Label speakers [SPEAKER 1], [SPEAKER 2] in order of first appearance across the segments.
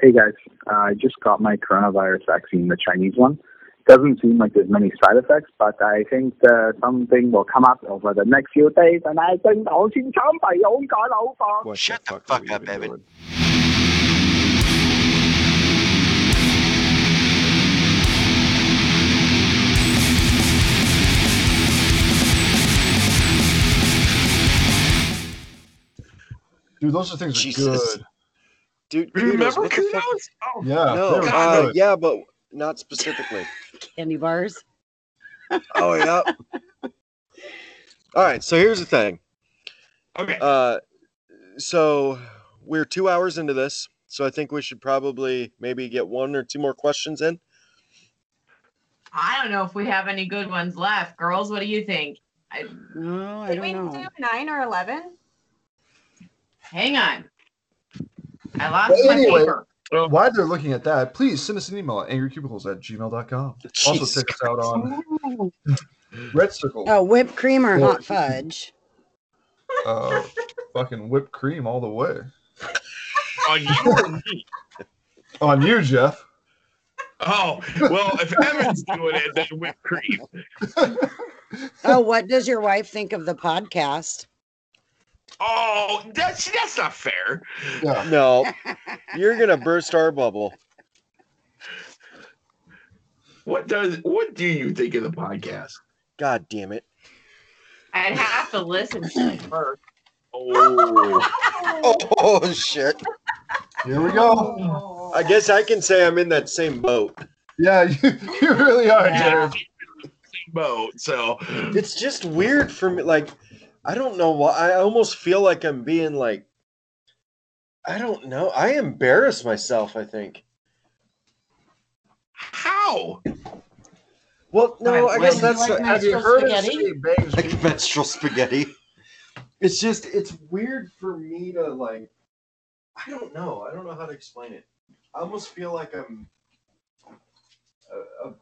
[SPEAKER 1] Hey guys, uh, I just got my coronavirus vaccine, the Chinese one. Doesn't seem like there's many side effects, but I think uh, something will come up over the next few days, and I think 我先參埋勇敢老闆。
[SPEAKER 2] What
[SPEAKER 3] Shut the
[SPEAKER 2] fuck are
[SPEAKER 3] fuck
[SPEAKER 2] we
[SPEAKER 3] up,
[SPEAKER 2] even
[SPEAKER 3] Evan.
[SPEAKER 2] doing? Dude, those are things
[SPEAKER 3] Jesus.
[SPEAKER 2] are good.
[SPEAKER 4] Dude, kudos,
[SPEAKER 3] Remember
[SPEAKER 4] what the fuck-
[SPEAKER 3] Kudos? Oh,
[SPEAKER 2] Yeah,
[SPEAKER 4] No,
[SPEAKER 2] they're
[SPEAKER 4] uh,
[SPEAKER 2] good.
[SPEAKER 4] yeah, but not specifically.
[SPEAKER 5] candy bars.
[SPEAKER 4] Oh yeah. All right, so here's the thing.
[SPEAKER 3] okay.
[SPEAKER 4] Uh, so we're two hours into this, so I think we should probably maybe get one or two more questions in.
[SPEAKER 6] I don't know if we have any good ones left. Girls, what do you think? I,
[SPEAKER 5] No, I
[SPEAKER 7] Did we
[SPEAKER 5] don't
[SPEAKER 7] do
[SPEAKER 5] know.
[SPEAKER 7] nine or eleven?
[SPEAKER 6] hang on. I lost
[SPEAKER 2] But
[SPEAKER 6] my
[SPEAKER 2] anyway-
[SPEAKER 6] paper.
[SPEAKER 2] While they're looking at that, please send us an email at angrycubicles at gmail.com. Also,
[SPEAKER 4] Jesus
[SPEAKER 2] check us out on Red Circle.
[SPEAKER 5] Oh, whipped cream or
[SPEAKER 2] Well-
[SPEAKER 5] hot fudge?
[SPEAKER 2] Uh, fucking whipped cream all the way.
[SPEAKER 3] On oh, you or me?
[SPEAKER 2] On you, Jeff.
[SPEAKER 3] Oh, well, if Evan's doing it, then whipped cream.
[SPEAKER 5] Oh, what does your wife think of the podcast?
[SPEAKER 3] Oh, that's that's not fair.
[SPEAKER 2] Yeah.
[SPEAKER 4] No, you're gonna burst our bubble.
[SPEAKER 3] What does what do you think of the podcast?
[SPEAKER 4] God damn it.
[SPEAKER 6] I'd have to listen to it first.
[SPEAKER 3] Oh,
[SPEAKER 4] Oh shit.
[SPEAKER 2] Here we go.
[SPEAKER 4] I guess I can say I'm in that same boat.
[SPEAKER 2] Yeah, you, you really are,
[SPEAKER 3] yeah.
[SPEAKER 2] Jared.
[SPEAKER 3] boat. So
[SPEAKER 4] It's just weird for me. Like, I don't know why. I almost feel like I'm being like, I don't know. I embarrass myself. I think.
[SPEAKER 3] how? Oh
[SPEAKER 4] Well, no, I
[SPEAKER 6] Alright,
[SPEAKER 4] guess
[SPEAKER 6] well,
[SPEAKER 4] that's
[SPEAKER 6] you like
[SPEAKER 4] I-
[SPEAKER 6] Have you heard us Spaghetti?
[SPEAKER 2] bangs?
[SPEAKER 4] like menstrual spaghetti. It's just it's weird for me to like I don't know. I don't know how to explain it. I almost feel like I'm a, a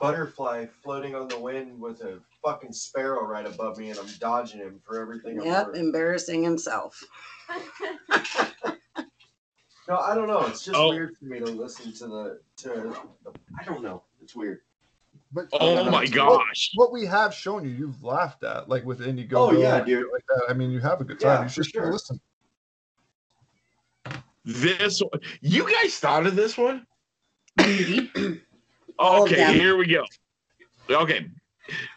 [SPEAKER 4] butterfly floating on the wind with a fucking sparrow right above me and I'm dodging him for everything I'm
[SPEAKER 5] Yep,
[SPEAKER 4] worth.
[SPEAKER 5] embarrassing himself.
[SPEAKER 4] No, I don't know. It's just
[SPEAKER 3] Oh.
[SPEAKER 4] weird for me to listen to the to the, I don't know. It's weird.
[SPEAKER 2] But-
[SPEAKER 3] Oh my gosh.
[SPEAKER 2] What we have shown you, you've laughed at, like with Indiegogo.
[SPEAKER 4] Oh, yeah,
[SPEAKER 2] and
[SPEAKER 4] dude.
[SPEAKER 2] shit Like that. I mean, you have a good time.
[SPEAKER 4] Yeah,
[SPEAKER 2] you
[SPEAKER 4] for
[SPEAKER 2] should
[SPEAKER 4] sure.
[SPEAKER 2] listen.
[SPEAKER 3] This one- you guys thought of this one?
[SPEAKER 5] Maybe. All of
[SPEAKER 3] Okay,
[SPEAKER 5] them.
[SPEAKER 3] here we go. Okay.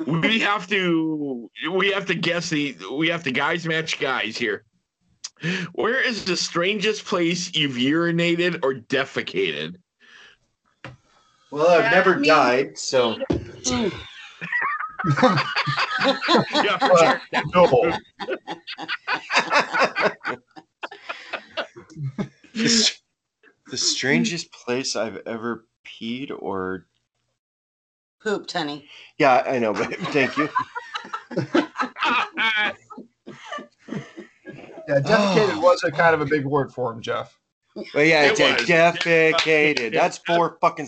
[SPEAKER 3] We have to we have to guess the we have to guys match guys here. Where is the strangest place you've urinated or defecated?
[SPEAKER 4] Well, I've
[SPEAKER 6] Yeah,
[SPEAKER 4] never
[SPEAKER 6] me-
[SPEAKER 4] died, so
[SPEAKER 3] Yeah, for sure.
[SPEAKER 2] No.
[SPEAKER 4] the, str- the strangest place I've ever peed or
[SPEAKER 5] Pooped, honey.
[SPEAKER 4] yeah, I know, but thank you.
[SPEAKER 2] Yeah, defecated
[SPEAKER 4] Oh.
[SPEAKER 2] was a kind of a big word for him, Jeff.
[SPEAKER 4] But yeah,
[SPEAKER 3] It
[SPEAKER 4] de-
[SPEAKER 3] was.
[SPEAKER 4] defecated. That's four fucking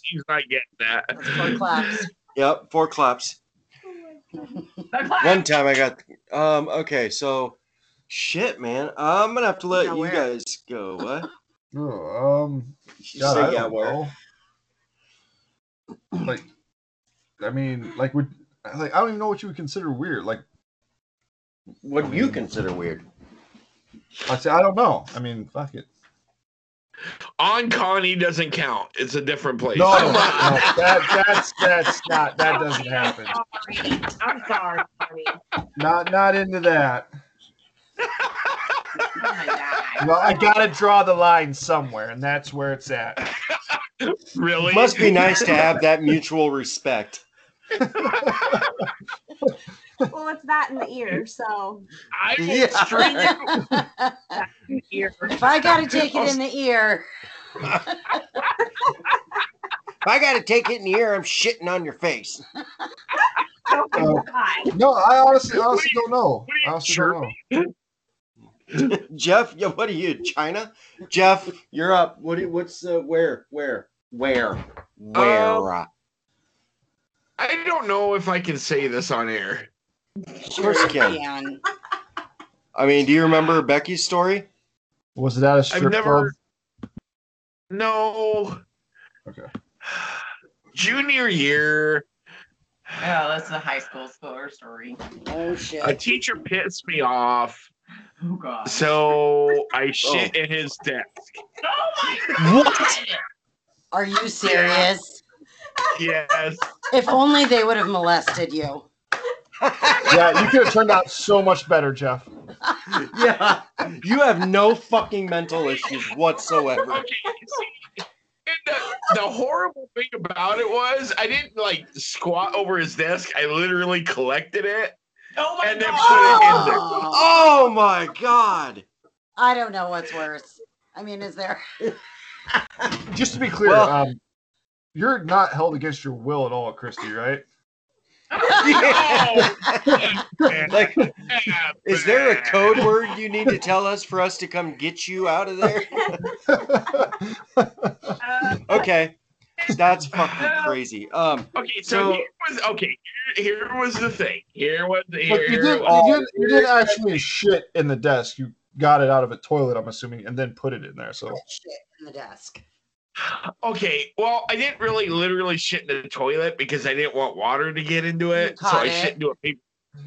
[SPEAKER 3] syllables. He's not getting that.
[SPEAKER 5] That's for claps.
[SPEAKER 4] Yep, four claps.
[SPEAKER 6] But clap.
[SPEAKER 4] One time I got um okay, so shit, man. I'm gonna have to let
[SPEAKER 5] Now
[SPEAKER 4] you
[SPEAKER 5] where?
[SPEAKER 4] guys go. What?
[SPEAKER 2] Oh, um,
[SPEAKER 4] You
[SPEAKER 2] God,
[SPEAKER 4] say
[SPEAKER 2] I
[SPEAKER 4] yeah,
[SPEAKER 2] don't
[SPEAKER 4] where?
[SPEAKER 2] know. Like, I mean, like, would like I don't even know what you would consider weird. Like,
[SPEAKER 4] What do you consider weird?
[SPEAKER 2] I say I don't know. I mean, fuck it.
[SPEAKER 3] On Connie doesn't count. It's a different place.
[SPEAKER 2] No, no, that that's that's not that doesn't happen.
[SPEAKER 6] Sorry. I'm sorry, honey. Oh
[SPEAKER 2] Not not into that.
[SPEAKER 6] my god.
[SPEAKER 2] Well, I gotta draw the line somewhere, and that's where it's at.
[SPEAKER 3] Really?
[SPEAKER 4] It must be nice to have that mutual respect.
[SPEAKER 7] Well, it's that in the ear, so
[SPEAKER 3] I will
[SPEAKER 4] Yeah.
[SPEAKER 3] string you
[SPEAKER 6] Here.
[SPEAKER 5] If I gotta take it in the ear,
[SPEAKER 4] I gotta take it in the ear, I'm shitting on your face.
[SPEAKER 6] Oh my
[SPEAKER 2] Oh.
[SPEAKER 6] god.
[SPEAKER 2] No, I honestly honestly don't know.
[SPEAKER 3] what are you,
[SPEAKER 2] I honestly don't know.
[SPEAKER 4] Jeff, yeah, what are you, China? Jeff, you're up. What? do you- What's uh, where? Where? Um, Where? Where?
[SPEAKER 3] I don't know if I can say this on air.
[SPEAKER 4] course you can. I mean, do you remember Becky's story?
[SPEAKER 2] Was it at a
[SPEAKER 3] I've
[SPEAKER 2] strip
[SPEAKER 3] never-
[SPEAKER 2] club?
[SPEAKER 3] No.
[SPEAKER 2] Okay.
[SPEAKER 3] Junior year,
[SPEAKER 6] Oh, that's a high school school story.
[SPEAKER 5] Oh shit.
[SPEAKER 3] a teacher pissed me off,
[SPEAKER 6] Oh god.
[SPEAKER 3] so I shit in his desk.
[SPEAKER 6] oh my god.
[SPEAKER 8] What?
[SPEAKER 5] Are you serious?
[SPEAKER 3] Yes.
[SPEAKER 5] If only they would have molested you.
[SPEAKER 8] Yeah, you could have turned out so much better, Jeff.
[SPEAKER 4] yeah.
[SPEAKER 8] You have no fucking mental issues whatsoever.
[SPEAKER 3] Okay. see, and the, the horrible thing about it was I didn't like squat over his desk. I literally collected it
[SPEAKER 6] Oh my
[SPEAKER 3] and then
[SPEAKER 6] god.
[SPEAKER 3] put it in there.
[SPEAKER 5] Oh,
[SPEAKER 4] Oh my god.
[SPEAKER 5] I don't know what's worse. I mean, is there?
[SPEAKER 2] Just to be clear,
[SPEAKER 4] Well-
[SPEAKER 2] um, you're not held against your will at all, Christy, right?
[SPEAKER 3] Oh, man.
[SPEAKER 4] Like,
[SPEAKER 3] Yeah,
[SPEAKER 4] is there a
[SPEAKER 3] man.
[SPEAKER 4] code word you need to tell us for us to come get you out of there?
[SPEAKER 6] Uh,
[SPEAKER 4] Okay. That's fucking crazy. Um,
[SPEAKER 3] Okay, so,
[SPEAKER 4] So-
[SPEAKER 3] here was okay. Here, here was the thing. Here was here,
[SPEAKER 2] But you didn't, you, didn't, you didn't actually shit in the desk. You got it out of a toilet, I'm assuming, and then put it in there. So
[SPEAKER 5] Shit in the desk.
[SPEAKER 3] Okay, well, I didn't really literally shit in the toilet because I didn't want water to get into it, so
[SPEAKER 5] caught
[SPEAKER 3] I
[SPEAKER 5] it.
[SPEAKER 3] shit into a paper,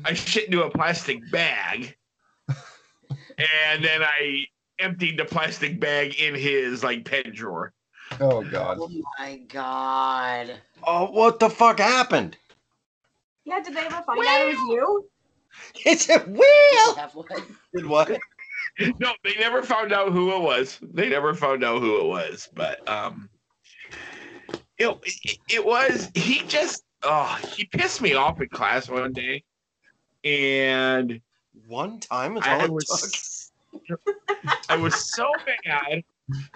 [SPEAKER 3] I shit into a plastic bag, and then I emptied the plastic bag in his like pen drawer.
[SPEAKER 2] oh god,
[SPEAKER 5] Oh my god.
[SPEAKER 4] oh, what the fuck happened?
[SPEAKER 9] Yeah, did they ever find out it was you?
[SPEAKER 4] It's a wheel.
[SPEAKER 5] Have one.
[SPEAKER 4] Did what?
[SPEAKER 3] No, they never found out who it was. They never found out who it was, but um, you know, it, it was he just oh he pissed me off in class one day, and
[SPEAKER 4] One time is all
[SPEAKER 3] I
[SPEAKER 4] it took.
[SPEAKER 3] was, I was so mad.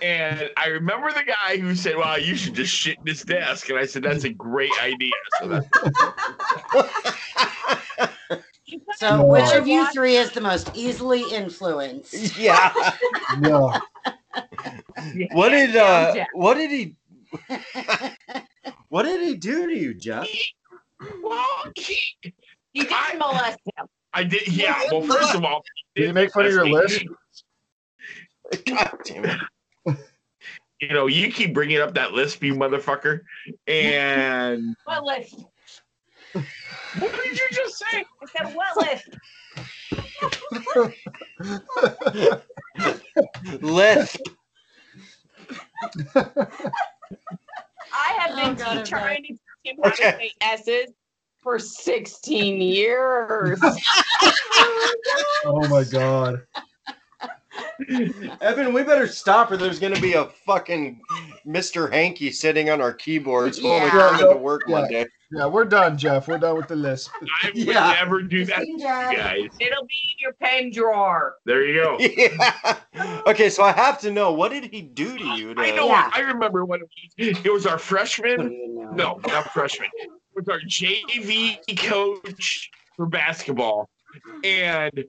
[SPEAKER 3] And I remember the guy who said, Well, you should just shit in his desk. And I said, That's a great idea. So that's
[SPEAKER 5] So, which of you
[SPEAKER 6] Watch-
[SPEAKER 5] three is the most easily influenced?
[SPEAKER 4] yeah.
[SPEAKER 2] no,
[SPEAKER 4] What did
[SPEAKER 6] down,
[SPEAKER 4] uh
[SPEAKER 6] Jeff.
[SPEAKER 4] what did he what did he do to you, Jeff?
[SPEAKER 3] well, he,
[SPEAKER 6] you did
[SPEAKER 3] I-
[SPEAKER 6] molest him.
[SPEAKER 3] I did, yeah. Well, first of all,
[SPEAKER 2] did you make fun of your list?
[SPEAKER 4] God damn it.
[SPEAKER 3] You know, you keep bringing up that list, you motherfucker. And
[SPEAKER 6] What list?
[SPEAKER 3] what did you just say?
[SPEAKER 6] I said what list?
[SPEAKER 4] Lisp.
[SPEAKER 6] I have
[SPEAKER 5] Oh,
[SPEAKER 6] been
[SPEAKER 5] God, I'm
[SPEAKER 6] trying to teach him how
[SPEAKER 4] Okay.
[SPEAKER 6] to say S's for 16 years.
[SPEAKER 2] Oh my god,
[SPEAKER 4] Evan, we better stop or there's gonna be a fucking Mr. Hanky sitting on our keyboards when we
[SPEAKER 5] Yeah.
[SPEAKER 4] come into work one day.
[SPEAKER 2] yeah, we're done, Jeff. We're done with the list.
[SPEAKER 3] I would
[SPEAKER 4] Yeah.
[SPEAKER 3] never do that,
[SPEAKER 5] Christine,
[SPEAKER 3] to you
[SPEAKER 5] Dad.
[SPEAKER 3] guys.
[SPEAKER 6] It'll be in your pen drawer.
[SPEAKER 3] There you go.
[SPEAKER 4] Yeah. Okay, so I have to know what did he do to you? To,
[SPEAKER 3] I know.
[SPEAKER 5] Yeah.
[SPEAKER 3] I remember what it was. It was our freshman
[SPEAKER 5] No.
[SPEAKER 3] No, not freshman. It was our JV coach for basketball, and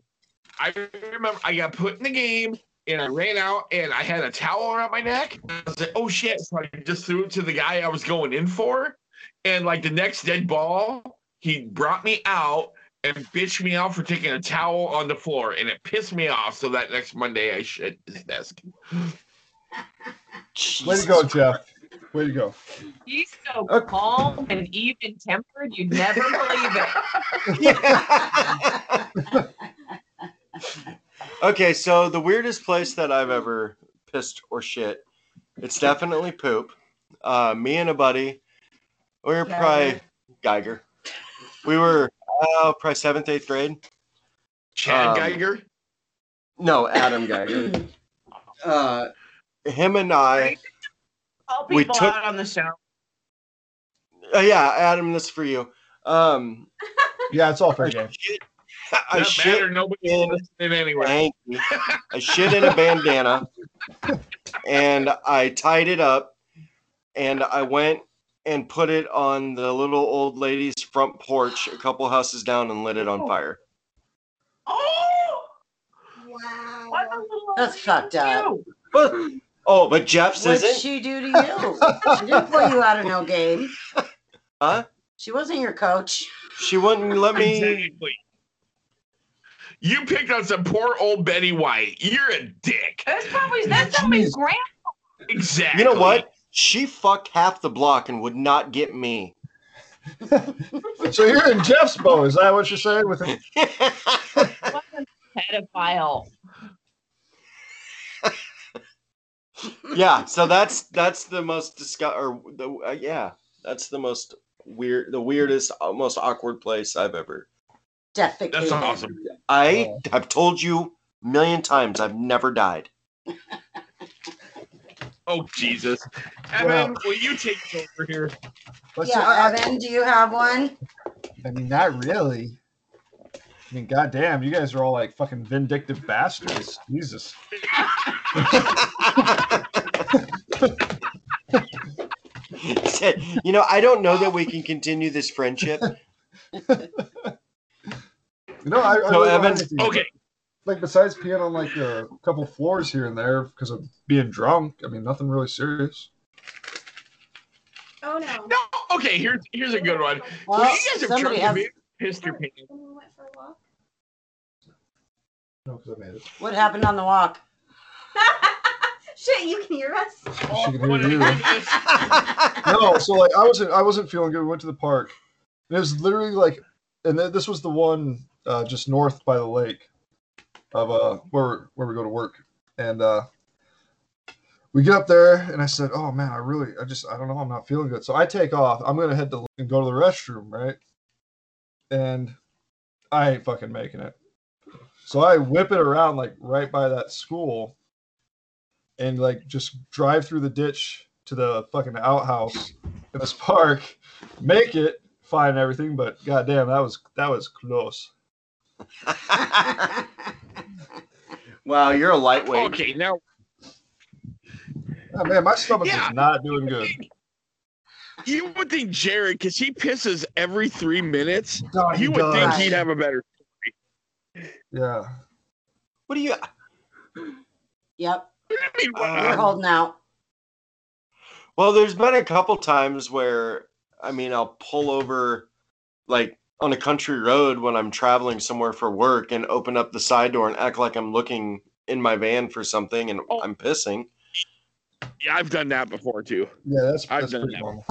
[SPEAKER 3] I remember I got put in the game, and I ran out, and I had a towel around my neck. I was like, "Oh shit!" So I just threw it to the guy I was going in for, and like the next dead ball, he brought me out and bitched me out for taking a towel on the floor, and it pissed me off. So that next Monday, I shit his desk.
[SPEAKER 2] Way to go, Jeff. Way to go.
[SPEAKER 6] He's so
[SPEAKER 4] Okay.
[SPEAKER 6] calm and even tempered, you'd never believe it.
[SPEAKER 4] Yeah. okay, so the weirdest place that I've ever pissed or shit, it's definitely poop. Uh, me and a buddy, we were probably Geiger. We were uh, probably seventh, eighth grade.
[SPEAKER 3] Chad
[SPEAKER 4] Um,
[SPEAKER 3] Geiger.
[SPEAKER 4] No, Adam Geiger. uh, him and I.
[SPEAKER 6] All
[SPEAKER 4] We
[SPEAKER 6] people
[SPEAKER 4] took-
[SPEAKER 6] out on the show.
[SPEAKER 4] Uh, yeah, Adam, this is for you. Um,
[SPEAKER 2] Yeah, it's all fair
[SPEAKER 4] I
[SPEAKER 2] game.
[SPEAKER 4] shit,
[SPEAKER 3] That
[SPEAKER 4] I
[SPEAKER 3] matter.
[SPEAKER 4] shit
[SPEAKER 3] Nobody's
[SPEAKER 4] in
[SPEAKER 3] listening anyway.
[SPEAKER 4] Thank you. I shit in a bandana and I tied it up and I went and put it on the little old lady's front porch a couple houses down and lit it on fire.
[SPEAKER 6] Oh,
[SPEAKER 9] Wow.
[SPEAKER 6] what a little
[SPEAKER 5] That's fucked up.
[SPEAKER 6] you.
[SPEAKER 4] But, oh, but Jeff's
[SPEAKER 5] What'd
[SPEAKER 4] isn't?
[SPEAKER 5] she do to you? she didn't pull you out of no game.
[SPEAKER 4] Huh?
[SPEAKER 5] She wasn't your coach.
[SPEAKER 4] She wouldn't let me.
[SPEAKER 3] Exactly. You picked on some poor old Betty White. You're a dick.
[SPEAKER 6] That's probably that's somebody's
[SPEAKER 2] Jeez.
[SPEAKER 6] grandpa.
[SPEAKER 3] Exactly.
[SPEAKER 4] You know what? She fucked half the block and would not get me.
[SPEAKER 2] So you're in Jeff's boat. Is that what you're saying? With a,
[SPEAKER 6] Pedophile.
[SPEAKER 4] yeah, so that's that's the most disgust or the uh, yeah, that's the most weird the weirdest uh, most awkward place I've ever.
[SPEAKER 5] Defecated.
[SPEAKER 3] That's awesome.
[SPEAKER 4] I have told you a million times I've never died.
[SPEAKER 3] Oh Jesus. Evan,
[SPEAKER 2] Well-
[SPEAKER 3] will you take it over here?
[SPEAKER 2] let's see, I-
[SPEAKER 5] Yeah,
[SPEAKER 2] I-
[SPEAKER 5] Evan, do you have one?
[SPEAKER 2] I mean, not really. I mean, goddamn, you guys are all like fucking vindictive bastards. Jesus.
[SPEAKER 4] Said, you know, I don't know that we can continue this friendship.
[SPEAKER 2] You know, I, I really
[SPEAKER 4] So,
[SPEAKER 2] don't have
[SPEAKER 4] Evan-
[SPEAKER 2] anything.
[SPEAKER 3] Okay.
[SPEAKER 2] Like besides peeing on like a couple floors here and there because of being drunk. I mean, nothing really serious.
[SPEAKER 9] Oh no.
[SPEAKER 3] No, okay, here's here's a good one. Would
[SPEAKER 5] Well,
[SPEAKER 3] you guys have drunk
[SPEAKER 5] somebody has,
[SPEAKER 3] your pissed your pants?
[SPEAKER 9] When we went for a walk.
[SPEAKER 2] No, because I made it.
[SPEAKER 5] what happened on the walk?
[SPEAKER 9] Shit, you can hear us.
[SPEAKER 2] She can
[SPEAKER 3] What
[SPEAKER 2] hear you. no, so like I wasn't I wasn't feeling good. We went to the park. And it was literally like, and th- this was the one uh, just north by the lake, of uh where where we go to work, and uh, we get up there, and I said, oh man, I really I just I don't know I'm not feeling good. So I take off. I'm gonna head to and go to the restroom, right? And I ain't fucking making it. So I whip it around like right by that school and like just drive through the ditch to the fucking outhouse in this park, make it, find everything, but goddamn, that was that was close.
[SPEAKER 4] wow, you're a lightweight.
[SPEAKER 3] Okay, now
[SPEAKER 2] Oh, man, my stomach
[SPEAKER 3] Yeah.
[SPEAKER 2] is not doing good.
[SPEAKER 3] you would think Jared, because he pisses every three minutes,
[SPEAKER 2] God,
[SPEAKER 3] you would think
[SPEAKER 5] does.
[SPEAKER 3] he'd have a better.
[SPEAKER 2] Yeah.
[SPEAKER 4] What do you?
[SPEAKER 5] Yep,
[SPEAKER 3] I mean, what-
[SPEAKER 5] we're
[SPEAKER 4] Uh,
[SPEAKER 5] holding out.
[SPEAKER 4] Well, there's been a couple times where I mean, I'll pull over like on a country road when I'm traveling somewhere for work and open up the side door and act like I'm looking in my van for something and
[SPEAKER 3] Oh.
[SPEAKER 4] I'm pissing.
[SPEAKER 3] yeah, I've done that before too.
[SPEAKER 2] Yeah, that's,
[SPEAKER 3] I've
[SPEAKER 2] that's
[SPEAKER 3] done
[SPEAKER 2] pretty
[SPEAKER 3] that.
[SPEAKER 2] normal.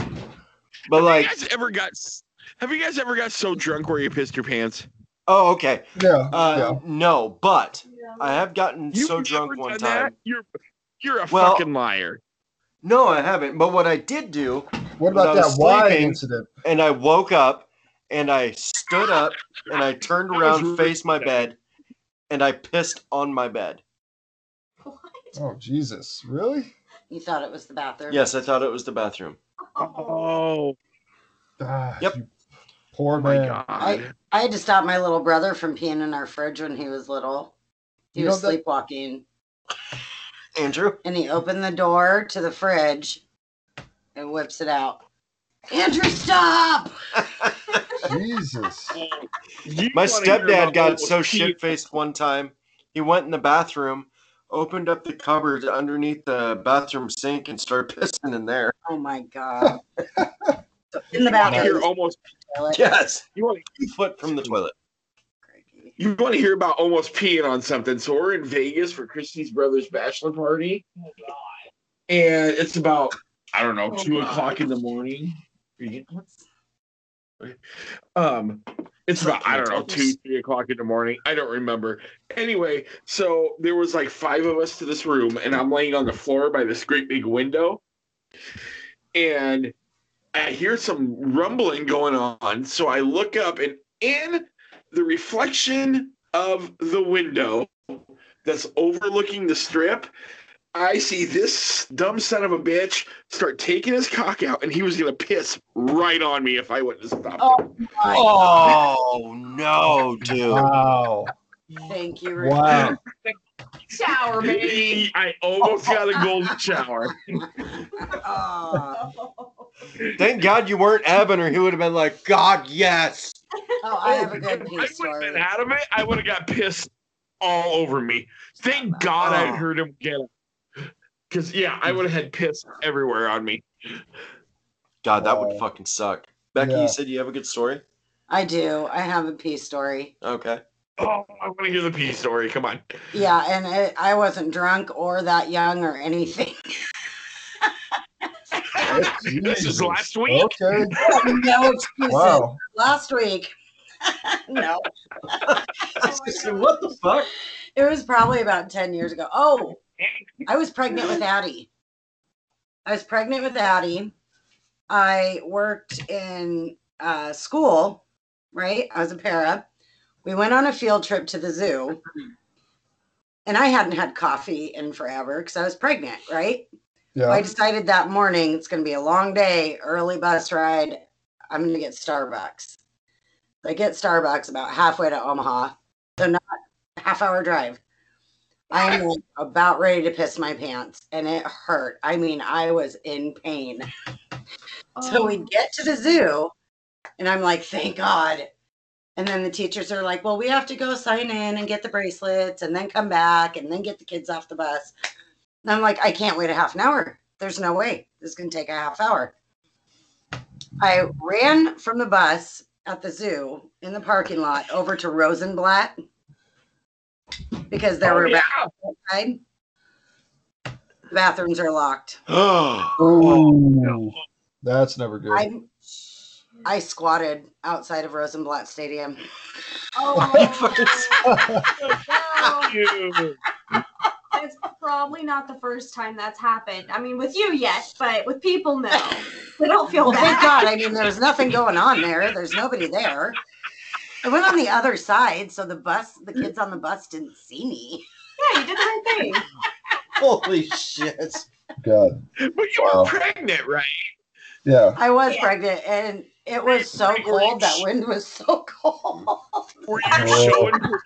[SPEAKER 4] But
[SPEAKER 3] Have
[SPEAKER 4] like,
[SPEAKER 3] you guys ever got? s- Have you guys ever got so drunk where you pissed your pants?
[SPEAKER 4] oh, okay.
[SPEAKER 2] Yeah.
[SPEAKER 4] Uh, No, but I have gotten
[SPEAKER 3] You've
[SPEAKER 4] so
[SPEAKER 3] never
[SPEAKER 4] drunk one
[SPEAKER 3] done
[SPEAKER 4] time.
[SPEAKER 3] That? You're you're a
[SPEAKER 4] Well-
[SPEAKER 3] fucking liar.
[SPEAKER 4] No, I haven't. But what I did do,
[SPEAKER 2] yeah. What about
[SPEAKER 4] when I
[SPEAKER 2] that
[SPEAKER 4] was
[SPEAKER 2] wine
[SPEAKER 4] sleeping-
[SPEAKER 2] incident?
[SPEAKER 4] and I woke up and I stood up and I turned
[SPEAKER 3] That was
[SPEAKER 4] around,
[SPEAKER 3] rude.
[SPEAKER 4] faced my bed, and I pissed on my bed.
[SPEAKER 2] Oh Jesus, really?
[SPEAKER 5] You thought it was the bathroom.
[SPEAKER 4] Yes, I thought it was the bathroom.
[SPEAKER 3] Oh,
[SPEAKER 2] Ah,
[SPEAKER 4] Yep.
[SPEAKER 2] you poor
[SPEAKER 3] my
[SPEAKER 2] man.
[SPEAKER 3] god.
[SPEAKER 5] I, I had to stop my little brother from peeing in our fridge when he was little. He
[SPEAKER 2] You
[SPEAKER 5] was
[SPEAKER 2] know that-
[SPEAKER 5] sleepwalking.
[SPEAKER 4] Andrew?
[SPEAKER 5] and he opened the door to the fridge and whips it out. Andrew, stop!
[SPEAKER 2] Jesus.
[SPEAKER 3] You
[SPEAKER 4] My
[SPEAKER 3] wanna hear
[SPEAKER 4] stepdad
[SPEAKER 3] about
[SPEAKER 4] got
[SPEAKER 3] what
[SPEAKER 4] so
[SPEAKER 3] was
[SPEAKER 4] shit faced one time. He went in the bathroom, opened up the cupboard underneath the bathroom sink, and started pissing in there.
[SPEAKER 5] Oh my god! In the
[SPEAKER 3] You want to hear
[SPEAKER 5] bathroom.
[SPEAKER 3] almost?
[SPEAKER 5] toilet.
[SPEAKER 4] Yes,
[SPEAKER 3] You want
[SPEAKER 4] two foot from the toilet.
[SPEAKER 5] Crikey.
[SPEAKER 3] you want to hear about almost peeing on something? So we're in Vegas for Christie's brother's bachelor party, and it's about I don't know
[SPEAKER 6] Oh,
[SPEAKER 3] two
[SPEAKER 6] God.
[SPEAKER 3] o'clock in the morning. Um, it's about I don't know two three o'clock in the morning. I don't remember. Anyway, so there was like five of us to this room, and I'm laying on the floor by this great big window, and I hear some rumbling going on. So I look up, and in the reflection of the window that's overlooking the strip, I see this dumb son of a bitch start taking his cock out, and he was gonna piss right on me if I wouldn't have stopped.
[SPEAKER 5] Oh.
[SPEAKER 3] him.
[SPEAKER 4] Oh, no, dude.
[SPEAKER 2] Wow.
[SPEAKER 5] Thank you, Rick.
[SPEAKER 2] Wow.
[SPEAKER 6] Shower, baby.
[SPEAKER 3] I almost got a golden shower.
[SPEAKER 5] Oh,
[SPEAKER 4] Thank God you weren't Evan, or he would have been like, God, yes.
[SPEAKER 5] oh, I have a
[SPEAKER 3] If
[SPEAKER 5] good
[SPEAKER 3] I would
[SPEAKER 5] pee
[SPEAKER 3] have
[SPEAKER 5] story.
[SPEAKER 3] been out of it, I would have got pissed all over me. Thank God I
[SPEAKER 4] Oh. Mm.
[SPEAKER 3] heard him get it. Because, yeah, I would have had piss everywhere on me.
[SPEAKER 4] God, that would
[SPEAKER 2] Wow.
[SPEAKER 4] fucking suck. Becky,
[SPEAKER 2] Uh, Yeah.
[SPEAKER 4] you said you have a good story?
[SPEAKER 5] I do. I have a pee story.
[SPEAKER 4] Okay.
[SPEAKER 3] Oh, I want to hear the pee story. Come on.
[SPEAKER 5] Yeah, and it, I wasn't drunk or that young or anything.
[SPEAKER 3] this is
[SPEAKER 2] Jesus.
[SPEAKER 3] last week.
[SPEAKER 2] Okay.
[SPEAKER 5] no excuses.
[SPEAKER 2] Wow.
[SPEAKER 5] Last week. no.
[SPEAKER 4] what the fuck?
[SPEAKER 5] It was probably about 10 years ago. Oh, I was pregnant with Addie. I was pregnant with Addie. I worked in uh, school, right? I was a para. We went on a field trip to the zoo. And I hadn't had coffee in forever because I was pregnant, right? I
[SPEAKER 2] Yeah.
[SPEAKER 5] decided that morning it's going to be a long day, early bus ride. I'm going to get Starbucks. So I get Starbucks about halfway to Omaha, so not a half hour drive. I am like, about ready to piss my pants, and it hurt. I mean, I was in pain. So we get to the zoo, and I'm like, thank God. And then the teachers are like, well, we have to go sign in and get the bracelets and then come back and then get the kids off the bus. And I'm like, I can't wait a half an hour. There's no way. This is going to take a half hour. I ran from the bus at the zoo in the parking lot over to Rosenblatt because there were
[SPEAKER 3] Oh, yeah.
[SPEAKER 5] outside. The bathrooms are locked.
[SPEAKER 4] Oh,
[SPEAKER 2] Ooh. That's never good.
[SPEAKER 5] I I squatted outside of Rosenblatt Stadium.
[SPEAKER 9] Oh, wow.
[SPEAKER 3] You-
[SPEAKER 9] That's probably not the first time that's happened. I mean, with you, yes, but with people, no. They don't feel
[SPEAKER 5] Well, thank
[SPEAKER 9] bad.
[SPEAKER 5] God. I mean, there was nothing going on there. There's nobody there. I went on the other side, so the bus, the kids on the bus didn't see me.
[SPEAKER 9] Yeah, you did the right thing.
[SPEAKER 4] holy shit.
[SPEAKER 2] God.
[SPEAKER 3] But you
[SPEAKER 2] Wow.
[SPEAKER 3] were pregnant, right?
[SPEAKER 2] Yeah.
[SPEAKER 5] I was
[SPEAKER 9] Yeah.
[SPEAKER 5] pregnant, and it was so
[SPEAKER 3] Pretty rich.
[SPEAKER 5] cold. That wind was so cold.
[SPEAKER 3] Were you
[SPEAKER 2] Oh.
[SPEAKER 3] showing?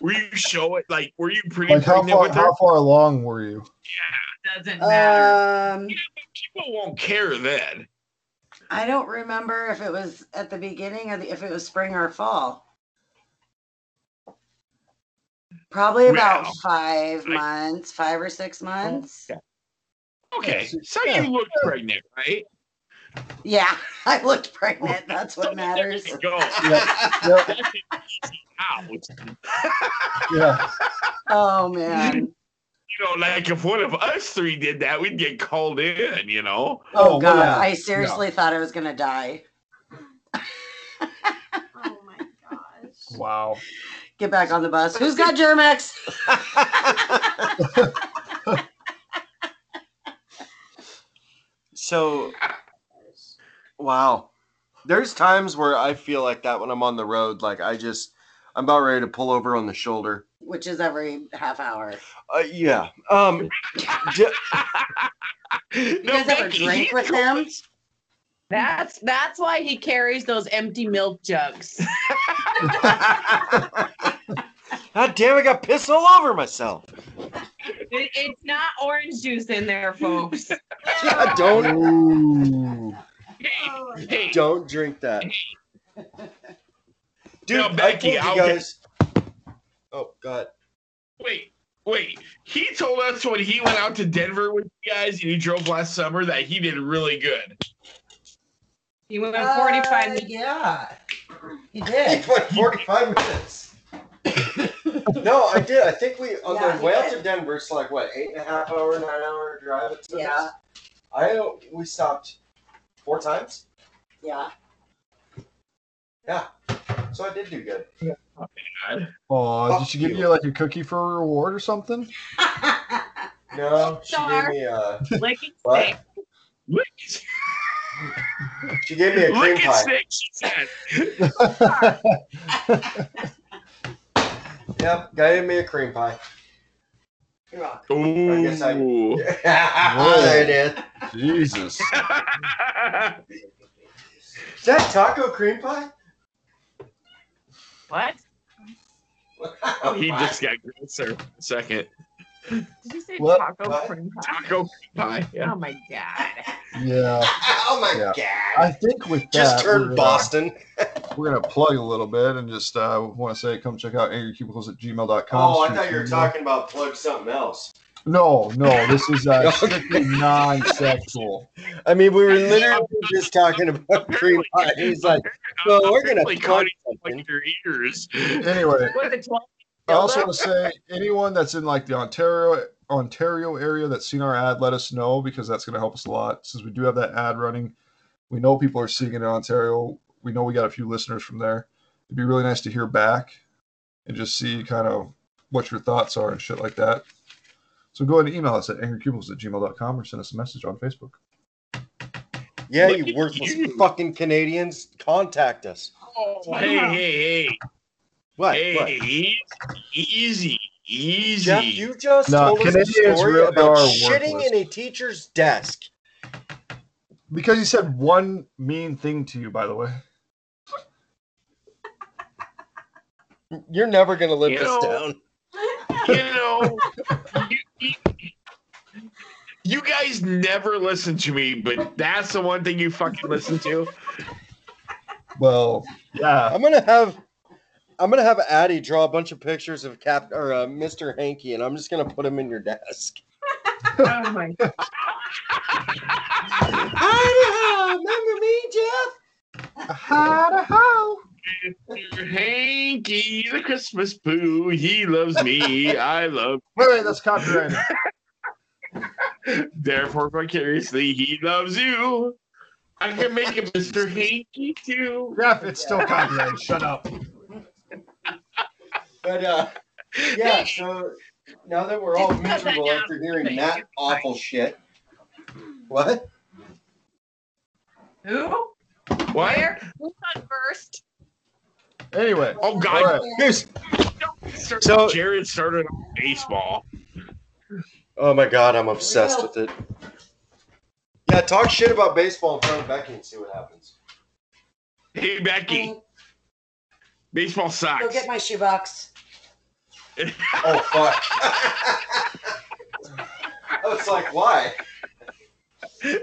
[SPEAKER 3] Were you showing? Like, were you pretty
[SPEAKER 2] Like how
[SPEAKER 3] pregnant
[SPEAKER 2] far
[SPEAKER 3] with her?
[SPEAKER 2] how far along were you?
[SPEAKER 5] Uh,
[SPEAKER 6] Doesn't matter.
[SPEAKER 5] Um,
[SPEAKER 3] People won't care then.
[SPEAKER 5] I don't remember if it was at the beginning or the, if it was spring or fall. Probably about
[SPEAKER 3] Well,
[SPEAKER 5] five
[SPEAKER 3] I-
[SPEAKER 5] months, five or six months.
[SPEAKER 3] Okay,
[SPEAKER 2] so-
[SPEAKER 3] so
[SPEAKER 2] yeah.
[SPEAKER 3] you look pregnant, right?
[SPEAKER 5] Yeah, I looked pregnant. That's what matters.
[SPEAKER 3] There you go.
[SPEAKER 2] Yeah.
[SPEAKER 3] Out.
[SPEAKER 2] Yeah.
[SPEAKER 5] Oh man.
[SPEAKER 3] You know, like if one of us three did that, we'd get called in. You know.
[SPEAKER 5] Oh, god,
[SPEAKER 2] yeah.
[SPEAKER 5] I seriously thought I was gonna die.
[SPEAKER 9] Oh my gosh.
[SPEAKER 2] Wow.
[SPEAKER 5] Get back on the bus. Who's got Germex?
[SPEAKER 4] so, wow. There's times where I feel like that when I'm on the road. Like, I just, I'm about ready to pull over on the shoulder.
[SPEAKER 5] Which is every half hour.
[SPEAKER 4] Uh, yeah. Um, j-
[SPEAKER 3] You
[SPEAKER 5] You guys ever drink with them?
[SPEAKER 6] That's that's why he carries those empty milk jugs.
[SPEAKER 4] God damn, I got pissed all over myself.
[SPEAKER 6] It- it's not orange juice in there, folks.
[SPEAKER 4] Yeah, don't
[SPEAKER 2] Ooh.
[SPEAKER 9] Oh my
[SPEAKER 3] Hey,
[SPEAKER 4] don't drink that. Dude,
[SPEAKER 3] Now,
[SPEAKER 4] I
[SPEAKER 3] Becky,
[SPEAKER 4] told you
[SPEAKER 3] I'll get-
[SPEAKER 4] guys. Oh god.
[SPEAKER 3] wait, wait. He told us when he went out to Denver with you guys and he drove last summer that he did really good.
[SPEAKER 6] He went 45
[SPEAKER 5] Uh,
[SPEAKER 6] minutes.
[SPEAKER 5] Yeah. You
[SPEAKER 4] He
[SPEAKER 5] did.
[SPEAKER 4] went 45 minutes. no, I did. I think we on
[SPEAKER 5] Yeah,
[SPEAKER 4] the
[SPEAKER 5] he
[SPEAKER 4] way out
[SPEAKER 5] did.
[SPEAKER 4] to Denver, it's like what eight and a half hour, nine hour drive. It took
[SPEAKER 5] Yeah.
[SPEAKER 4] us. I we stopped four times.
[SPEAKER 5] Yeah.
[SPEAKER 4] Yeah, so I did do good.
[SPEAKER 2] Aw, did
[SPEAKER 4] Fuck
[SPEAKER 2] she give
[SPEAKER 4] you.
[SPEAKER 2] you like a cookie for a reward or something?
[SPEAKER 4] No, she
[SPEAKER 6] Star.
[SPEAKER 4] gave me a
[SPEAKER 6] Lick and
[SPEAKER 4] what?
[SPEAKER 6] stick.
[SPEAKER 3] Look, at-
[SPEAKER 4] She gave me a cream
[SPEAKER 3] look at
[SPEAKER 4] pie.
[SPEAKER 3] Snake, she said.
[SPEAKER 4] Yep, guy gave me a cream pie.
[SPEAKER 5] You're welcome.
[SPEAKER 3] Ooh.
[SPEAKER 4] guess I- there it is.
[SPEAKER 2] Jesus.
[SPEAKER 4] Is that taco cream pie?
[SPEAKER 6] What?
[SPEAKER 3] oh, he just got grosser. Second
[SPEAKER 6] Did you say
[SPEAKER 2] What?
[SPEAKER 6] taco
[SPEAKER 4] What?
[SPEAKER 6] cream pie?
[SPEAKER 3] taco pie. Yeah.
[SPEAKER 6] Oh my god.
[SPEAKER 2] Yeah.
[SPEAKER 4] Oh my
[SPEAKER 2] Yeah.
[SPEAKER 4] god!
[SPEAKER 2] I think with that
[SPEAKER 4] just turned
[SPEAKER 2] we're, uh,
[SPEAKER 4] Boston.
[SPEAKER 2] We're going to plug a little bit and just uh, want to say come check out angrycubicles at gmail.com.
[SPEAKER 4] Oh, I
[SPEAKER 2] Shoot
[SPEAKER 4] thought you were
[SPEAKER 2] email.
[SPEAKER 4] talking about plug something else.
[SPEAKER 2] No, no, this is uh,
[SPEAKER 4] Okay.
[SPEAKER 2] strictly non sexual.
[SPEAKER 4] I mean, we were literally just talking about cream
[SPEAKER 3] Apparently-
[SPEAKER 4] pie. He's like, "Well, we're gonna
[SPEAKER 3] apparently
[SPEAKER 4] plug
[SPEAKER 3] Connie
[SPEAKER 4] something."
[SPEAKER 3] plugged your ears.
[SPEAKER 2] Anyway,
[SPEAKER 6] What the 12
[SPEAKER 2] I also want to say anyone that's in like the Ontario Ontario area that's seen our ad, let us know because that's going to help us a lot since we do have that ad running. We know people are seeing it in Ontario. We know we got a few listeners from there. It'd be really nice to hear back and just see kind of what your thoughts are and shit like that. So go ahead and email us at angrycubicles at gmail.com or send us a message on Facebook.
[SPEAKER 4] Yeah,
[SPEAKER 3] Look
[SPEAKER 4] you
[SPEAKER 3] at
[SPEAKER 4] worthless
[SPEAKER 3] you.
[SPEAKER 4] fucking Canadians, contact us.
[SPEAKER 3] Hey, hey, hey,
[SPEAKER 4] What? what?
[SPEAKER 3] hey, e- easy, easy.
[SPEAKER 4] Jeff, you just
[SPEAKER 2] No,
[SPEAKER 4] told us a
[SPEAKER 2] Canadians
[SPEAKER 4] story
[SPEAKER 2] really
[SPEAKER 4] about
[SPEAKER 2] are
[SPEAKER 4] shitting
[SPEAKER 2] worthless.
[SPEAKER 4] in a teacher's desk.
[SPEAKER 2] Because he said one mean thing to you, by the way.
[SPEAKER 4] You're never gonna live
[SPEAKER 3] You
[SPEAKER 4] this
[SPEAKER 3] know-
[SPEAKER 4] down.
[SPEAKER 3] you know, you, you- you guys never listen to me, but that's the one thing you fucking listen to.
[SPEAKER 2] Well, yeah.
[SPEAKER 4] I'm gonna have I'm gonna have Addie draw a bunch of pictures of Cap or uh, Mr. Hanky, and I'm just gonna put him in your desk.
[SPEAKER 6] Oh my God.
[SPEAKER 4] Addie, remember me, Jeff?
[SPEAKER 3] Mr. Hanky, the Christmas poo, he loves me, I love.
[SPEAKER 2] Wait, wait, that's copyrighted.
[SPEAKER 3] Therefore, vicariously, he loves you. I can make it Mr. Hanky too.
[SPEAKER 2] Jeff, it's still copyrighted. Shut up.
[SPEAKER 4] But uh, yeah. So now that we're all miserable after hearing that awful shit, what?
[SPEAKER 6] Who?
[SPEAKER 3] What?
[SPEAKER 6] Where? Who's on first?
[SPEAKER 2] Anyway,
[SPEAKER 3] Oh
[SPEAKER 2] all
[SPEAKER 3] God!
[SPEAKER 2] right.
[SPEAKER 4] Here's So-
[SPEAKER 3] So Jared started on baseball.
[SPEAKER 4] Oh my god, I'm obsessed with it. Yeah, talk shit about baseball in front of Becky and see what happens.
[SPEAKER 3] Hey Becky,
[SPEAKER 5] Go
[SPEAKER 3] baseball sucks.
[SPEAKER 5] get my shoebox.
[SPEAKER 4] Oh fuck. I was like, why? yeah.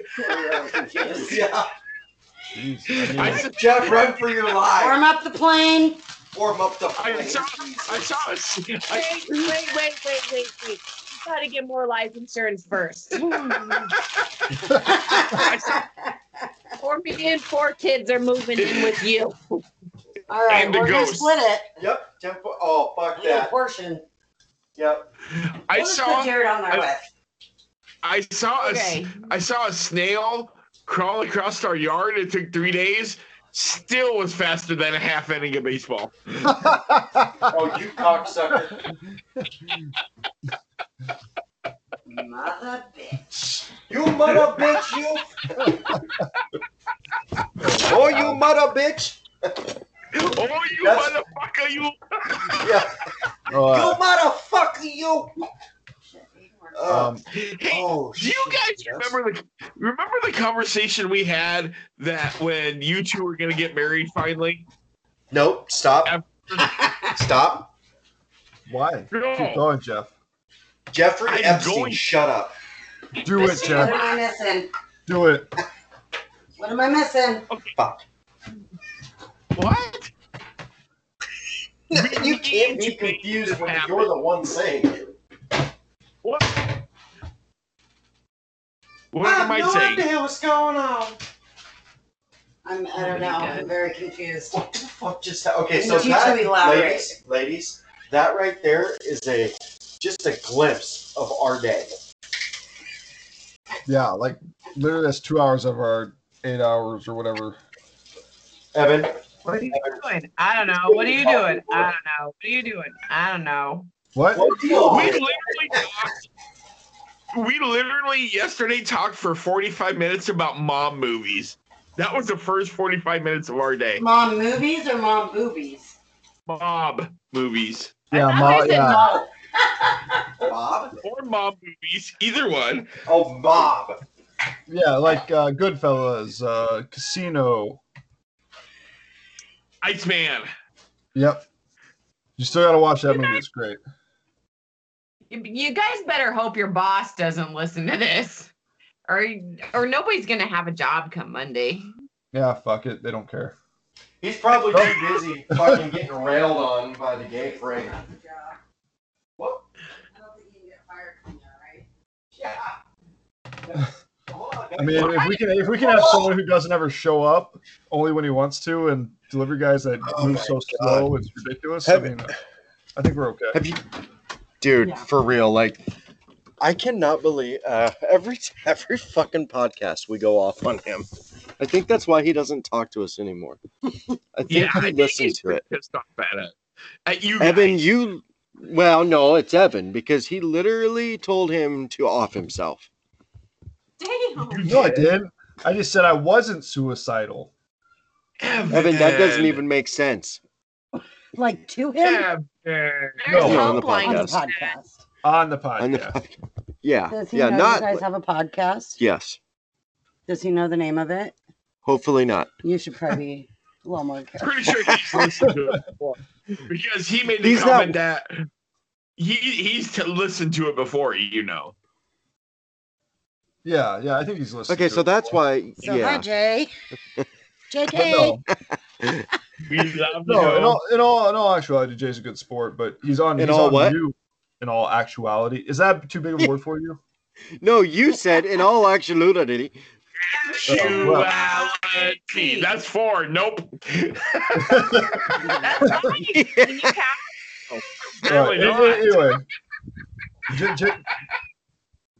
[SPEAKER 2] Jeez, I
[SPEAKER 3] I
[SPEAKER 2] mean,
[SPEAKER 3] said-
[SPEAKER 4] Jeff, run for your life.
[SPEAKER 5] Warm up the plane.
[SPEAKER 4] Warm up the
[SPEAKER 3] I saw,
[SPEAKER 4] plane.
[SPEAKER 3] I saw, I,
[SPEAKER 6] Wait, wait, wait, wait, wait, wait. You gotta get more life insurance first. or me and four kids are moving in with you.
[SPEAKER 5] All right,
[SPEAKER 3] And the
[SPEAKER 5] we're gonna
[SPEAKER 3] ghost.
[SPEAKER 5] split it.
[SPEAKER 4] Yep. Jeff, oh fuck
[SPEAKER 5] We need a
[SPEAKER 4] that.
[SPEAKER 5] portion.
[SPEAKER 4] Yep.
[SPEAKER 3] I
[SPEAKER 5] We'll just put
[SPEAKER 3] saw,
[SPEAKER 5] Jared on there
[SPEAKER 3] I-
[SPEAKER 5] with.
[SPEAKER 3] I saw, a, s-
[SPEAKER 6] Okay.
[SPEAKER 3] I saw a snail crawl across our yard. It took three days. Still was faster than a half inning of baseball.
[SPEAKER 4] Oh, you cocksucker.
[SPEAKER 5] Mother bitch.
[SPEAKER 4] You mother bitch, you. Oh, you mother bitch.
[SPEAKER 3] Oh, you
[SPEAKER 4] That's-
[SPEAKER 3] motherfucker! You.
[SPEAKER 4] Yeah.
[SPEAKER 2] uh,
[SPEAKER 4] You motherfucker, you. Uh,
[SPEAKER 2] um,
[SPEAKER 3] Hey,
[SPEAKER 4] oh,
[SPEAKER 3] do you
[SPEAKER 4] shit,
[SPEAKER 3] guys
[SPEAKER 4] Jeff.
[SPEAKER 3] remember the remember the conversation we had that when you two were gonna get married finally?
[SPEAKER 4] Nope. Stop. Stop.
[SPEAKER 2] why? Keep
[SPEAKER 3] No.
[SPEAKER 2] going, Jeff.
[SPEAKER 4] Jeffrey
[SPEAKER 3] I'm
[SPEAKER 4] Epstein,
[SPEAKER 3] going-
[SPEAKER 4] shut up.
[SPEAKER 2] Do it,
[SPEAKER 5] What am
[SPEAKER 2] Jeff.
[SPEAKER 5] I missing?
[SPEAKER 2] Do it.
[SPEAKER 5] What am I missing?
[SPEAKER 4] Fuck.
[SPEAKER 3] What?
[SPEAKER 4] you can't be confused when you're the one saying it.
[SPEAKER 3] What? What am I
[SPEAKER 4] no
[SPEAKER 3] saying?
[SPEAKER 4] idea what's going on.
[SPEAKER 5] I'm, I don't know. I'm very confused.
[SPEAKER 4] What the fuck just happened? Okay, so
[SPEAKER 5] Would you
[SPEAKER 4] that,
[SPEAKER 5] two elaborate?
[SPEAKER 4] ladies, ladies, that right there is a just a glimpse of our day.
[SPEAKER 2] Yeah, like literally, that's two hours of our eight hours or whatever.
[SPEAKER 4] Evan,
[SPEAKER 6] What are you doing? I don't know. What are you doing? I don't know. What are you doing? I don't know.
[SPEAKER 2] What?
[SPEAKER 4] what do you
[SPEAKER 3] We
[SPEAKER 4] want?
[SPEAKER 3] literally talked. We literally yesterday talked for 45 minutes about mom movies. That was the first 45 minutes of our day.
[SPEAKER 5] Mom movies or mom boobies?
[SPEAKER 3] Mom movies
[SPEAKER 2] Yeah,
[SPEAKER 6] I
[SPEAKER 2] Ma-
[SPEAKER 6] said
[SPEAKER 2] yeah.
[SPEAKER 5] Oh,
[SPEAKER 4] Bob?
[SPEAKER 3] or mom movies, either one.
[SPEAKER 4] Oh, Bob.
[SPEAKER 2] Yeah, like uh, Goodfellas, uh, Casino.
[SPEAKER 3] Iceman.
[SPEAKER 2] Yep. You still got to watch that movie. It's great.
[SPEAKER 6] You- You guys better hope your boss doesn't listen to this. Or, or nobody's gonna have a job come Monday.
[SPEAKER 2] Yeah, fuck it. They don't care.
[SPEAKER 4] He's probably too busy fucking getting railed on by the gay parade. What? Yeah. Come on,
[SPEAKER 2] I mean, if we can, if we can have someone who doesn't ever show up, only when he wants to, and delivery guys that
[SPEAKER 4] Oh
[SPEAKER 2] move
[SPEAKER 4] my
[SPEAKER 2] so
[SPEAKER 4] God.
[SPEAKER 2] slow, it's ridiculous. I
[SPEAKER 4] Have-
[SPEAKER 2] mean, I think we're okay.
[SPEAKER 4] Have you, dude?
[SPEAKER 6] Yeah.
[SPEAKER 4] For real, like, I cannot believe uh, every every fucking podcast we go off on him. I think that's why he doesn't talk to us anymore. I think
[SPEAKER 3] Yeah, I
[SPEAKER 4] he
[SPEAKER 3] think
[SPEAKER 4] listens
[SPEAKER 3] he's
[SPEAKER 4] to it.
[SPEAKER 3] pissed off at it. At you
[SPEAKER 4] Evan,
[SPEAKER 3] guys.
[SPEAKER 4] you. Well, no, it's Evan because he literally told him to off himself.
[SPEAKER 9] Damn.
[SPEAKER 2] No, I did. I just said I wasn't suicidal.
[SPEAKER 3] Evan,
[SPEAKER 4] Evan, that doesn't even make sense.
[SPEAKER 5] Like to him
[SPEAKER 3] Evan.
[SPEAKER 6] There's
[SPEAKER 2] No,
[SPEAKER 4] on the
[SPEAKER 5] on the
[SPEAKER 6] helplines.
[SPEAKER 4] podcast.
[SPEAKER 5] podcast.
[SPEAKER 2] On the
[SPEAKER 4] On the-
[SPEAKER 2] podcast.
[SPEAKER 4] yeah,
[SPEAKER 5] Does he
[SPEAKER 4] yeah,
[SPEAKER 5] know
[SPEAKER 4] not.
[SPEAKER 5] you guys have a podcast?
[SPEAKER 4] yes,
[SPEAKER 5] Does he know the name of it?
[SPEAKER 4] hopefully not.
[SPEAKER 5] You should probably be a little more careful.
[SPEAKER 3] Pretty sure he's listened to it before because he made the
[SPEAKER 4] He's not-
[SPEAKER 3] comment that he he's t- listened to it before. You know,
[SPEAKER 2] Yeah, yeah, I think he's listening.
[SPEAKER 4] Okay,
[SPEAKER 2] to
[SPEAKER 4] so
[SPEAKER 2] it.
[SPEAKER 4] that's why.
[SPEAKER 5] So hi,
[SPEAKER 4] yeah,
[SPEAKER 5] Jay.
[SPEAKER 2] But
[SPEAKER 5] JK.
[SPEAKER 2] no,
[SPEAKER 3] we love
[SPEAKER 2] no, in
[SPEAKER 3] you.
[SPEAKER 2] all, in all, in all actuality, Jay's a good sport, but he's on.
[SPEAKER 4] In
[SPEAKER 2] he's
[SPEAKER 4] all
[SPEAKER 2] on
[SPEAKER 4] what?
[SPEAKER 2] You, in all actuality, is that too big of a word for you?
[SPEAKER 4] no, you said in all actuality.
[SPEAKER 6] Oh,
[SPEAKER 3] Actuality. That's four. Nope.
[SPEAKER 6] That's fine. Can you count?
[SPEAKER 3] Apparently
[SPEAKER 2] All
[SPEAKER 3] not.
[SPEAKER 2] right, Anyway, Jay, Jay,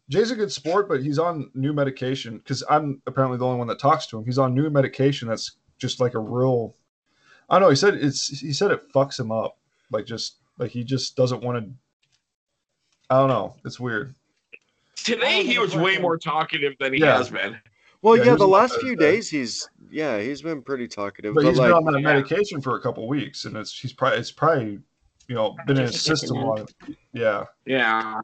[SPEAKER 2] Jay's a good sport, but he's on new medication because I'm apparently the only one that talks to him. He's on new medication that's just like a real. I don't know. He said it's. He said it fucks him up. Like just like he just doesn't want to. I don't know. It's weird.
[SPEAKER 3] Today he was way more talkative than he
[SPEAKER 2] Yeah.
[SPEAKER 3] has been.
[SPEAKER 4] Well,
[SPEAKER 2] Yeah,
[SPEAKER 4] yeah,
[SPEAKER 2] he was
[SPEAKER 4] the
[SPEAKER 2] on
[SPEAKER 4] last
[SPEAKER 2] the-
[SPEAKER 4] few days he's yeah he's been pretty talkative,
[SPEAKER 2] But
[SPEAKER 4] but,
[SPEAKER 2] he's
[SPEAKER 4] like
[SPEAKER 2] been on that
[SPEAKER 3] yeah.
[SPEAKER 2] medication for a couple weeks, and it's he's probably it's probably you know been in his
[SPEAKER 5] Just addicted
[SPEAKER 2] system a
[SPEAKER 5] now.
[SPEAKER 2] lot. Yeah.
[SPEAKER 3] Yeah.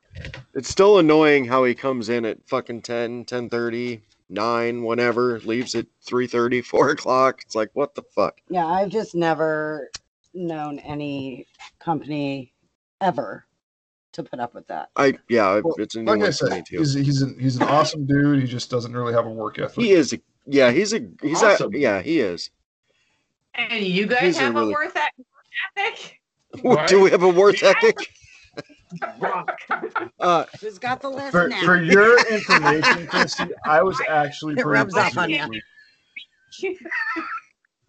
[SPEAKER 4] it's still annoying how he comes in at fucking 10, 10.30, 9, whenever, leaves at 3.30, 4 o'clock. It's like what the fuck?
[SPEAKER 5] Yeah, I've just never known any company ever to put up with that.
[SPEAKER 4] I yeah,
[SPEAKER 2] Well,
[SPEAKER 4] it's a new
[SPEAKER 2] Like I
[SPEAKER 4] one for
[SPEAKER 2] said,
[SPEAKER 4] me too.
[SPEAKER 2] he's he's an, he's an awesome dude. He just doesn't really have a work ethic.
[SPEAKER 4] He is a, yeah he's a he's
[SPEAKER 3] Awesome.
[SPEAKER 4] a yeah he is.
[SPEAKER 6] And you guys
[SPEAKER 4] These are
[SPEAKER 6] have
[SPEAKER 4] really-
[SPEAKER 6] a worth e- ethic?
[SPEAKER 3] Right?
[SPEAKER 4] Do we have a worth ethic? Uh,
[SPEAKER 5] Who's got the list
[SPEAKER 2] For,
[SPEAKER 5] now?
[SPEAKER 2] for your information, Christy, I was actually
[SPEAKER 5] It
[SPEAKER 2] pretty
[SPEAKER 5] rubs off
[SPEAKER 2] busy
[SPEAKER 5] on
[SPEAKER 2] this
[SPEAKER 5] ya.
[SPEAKER 2] week.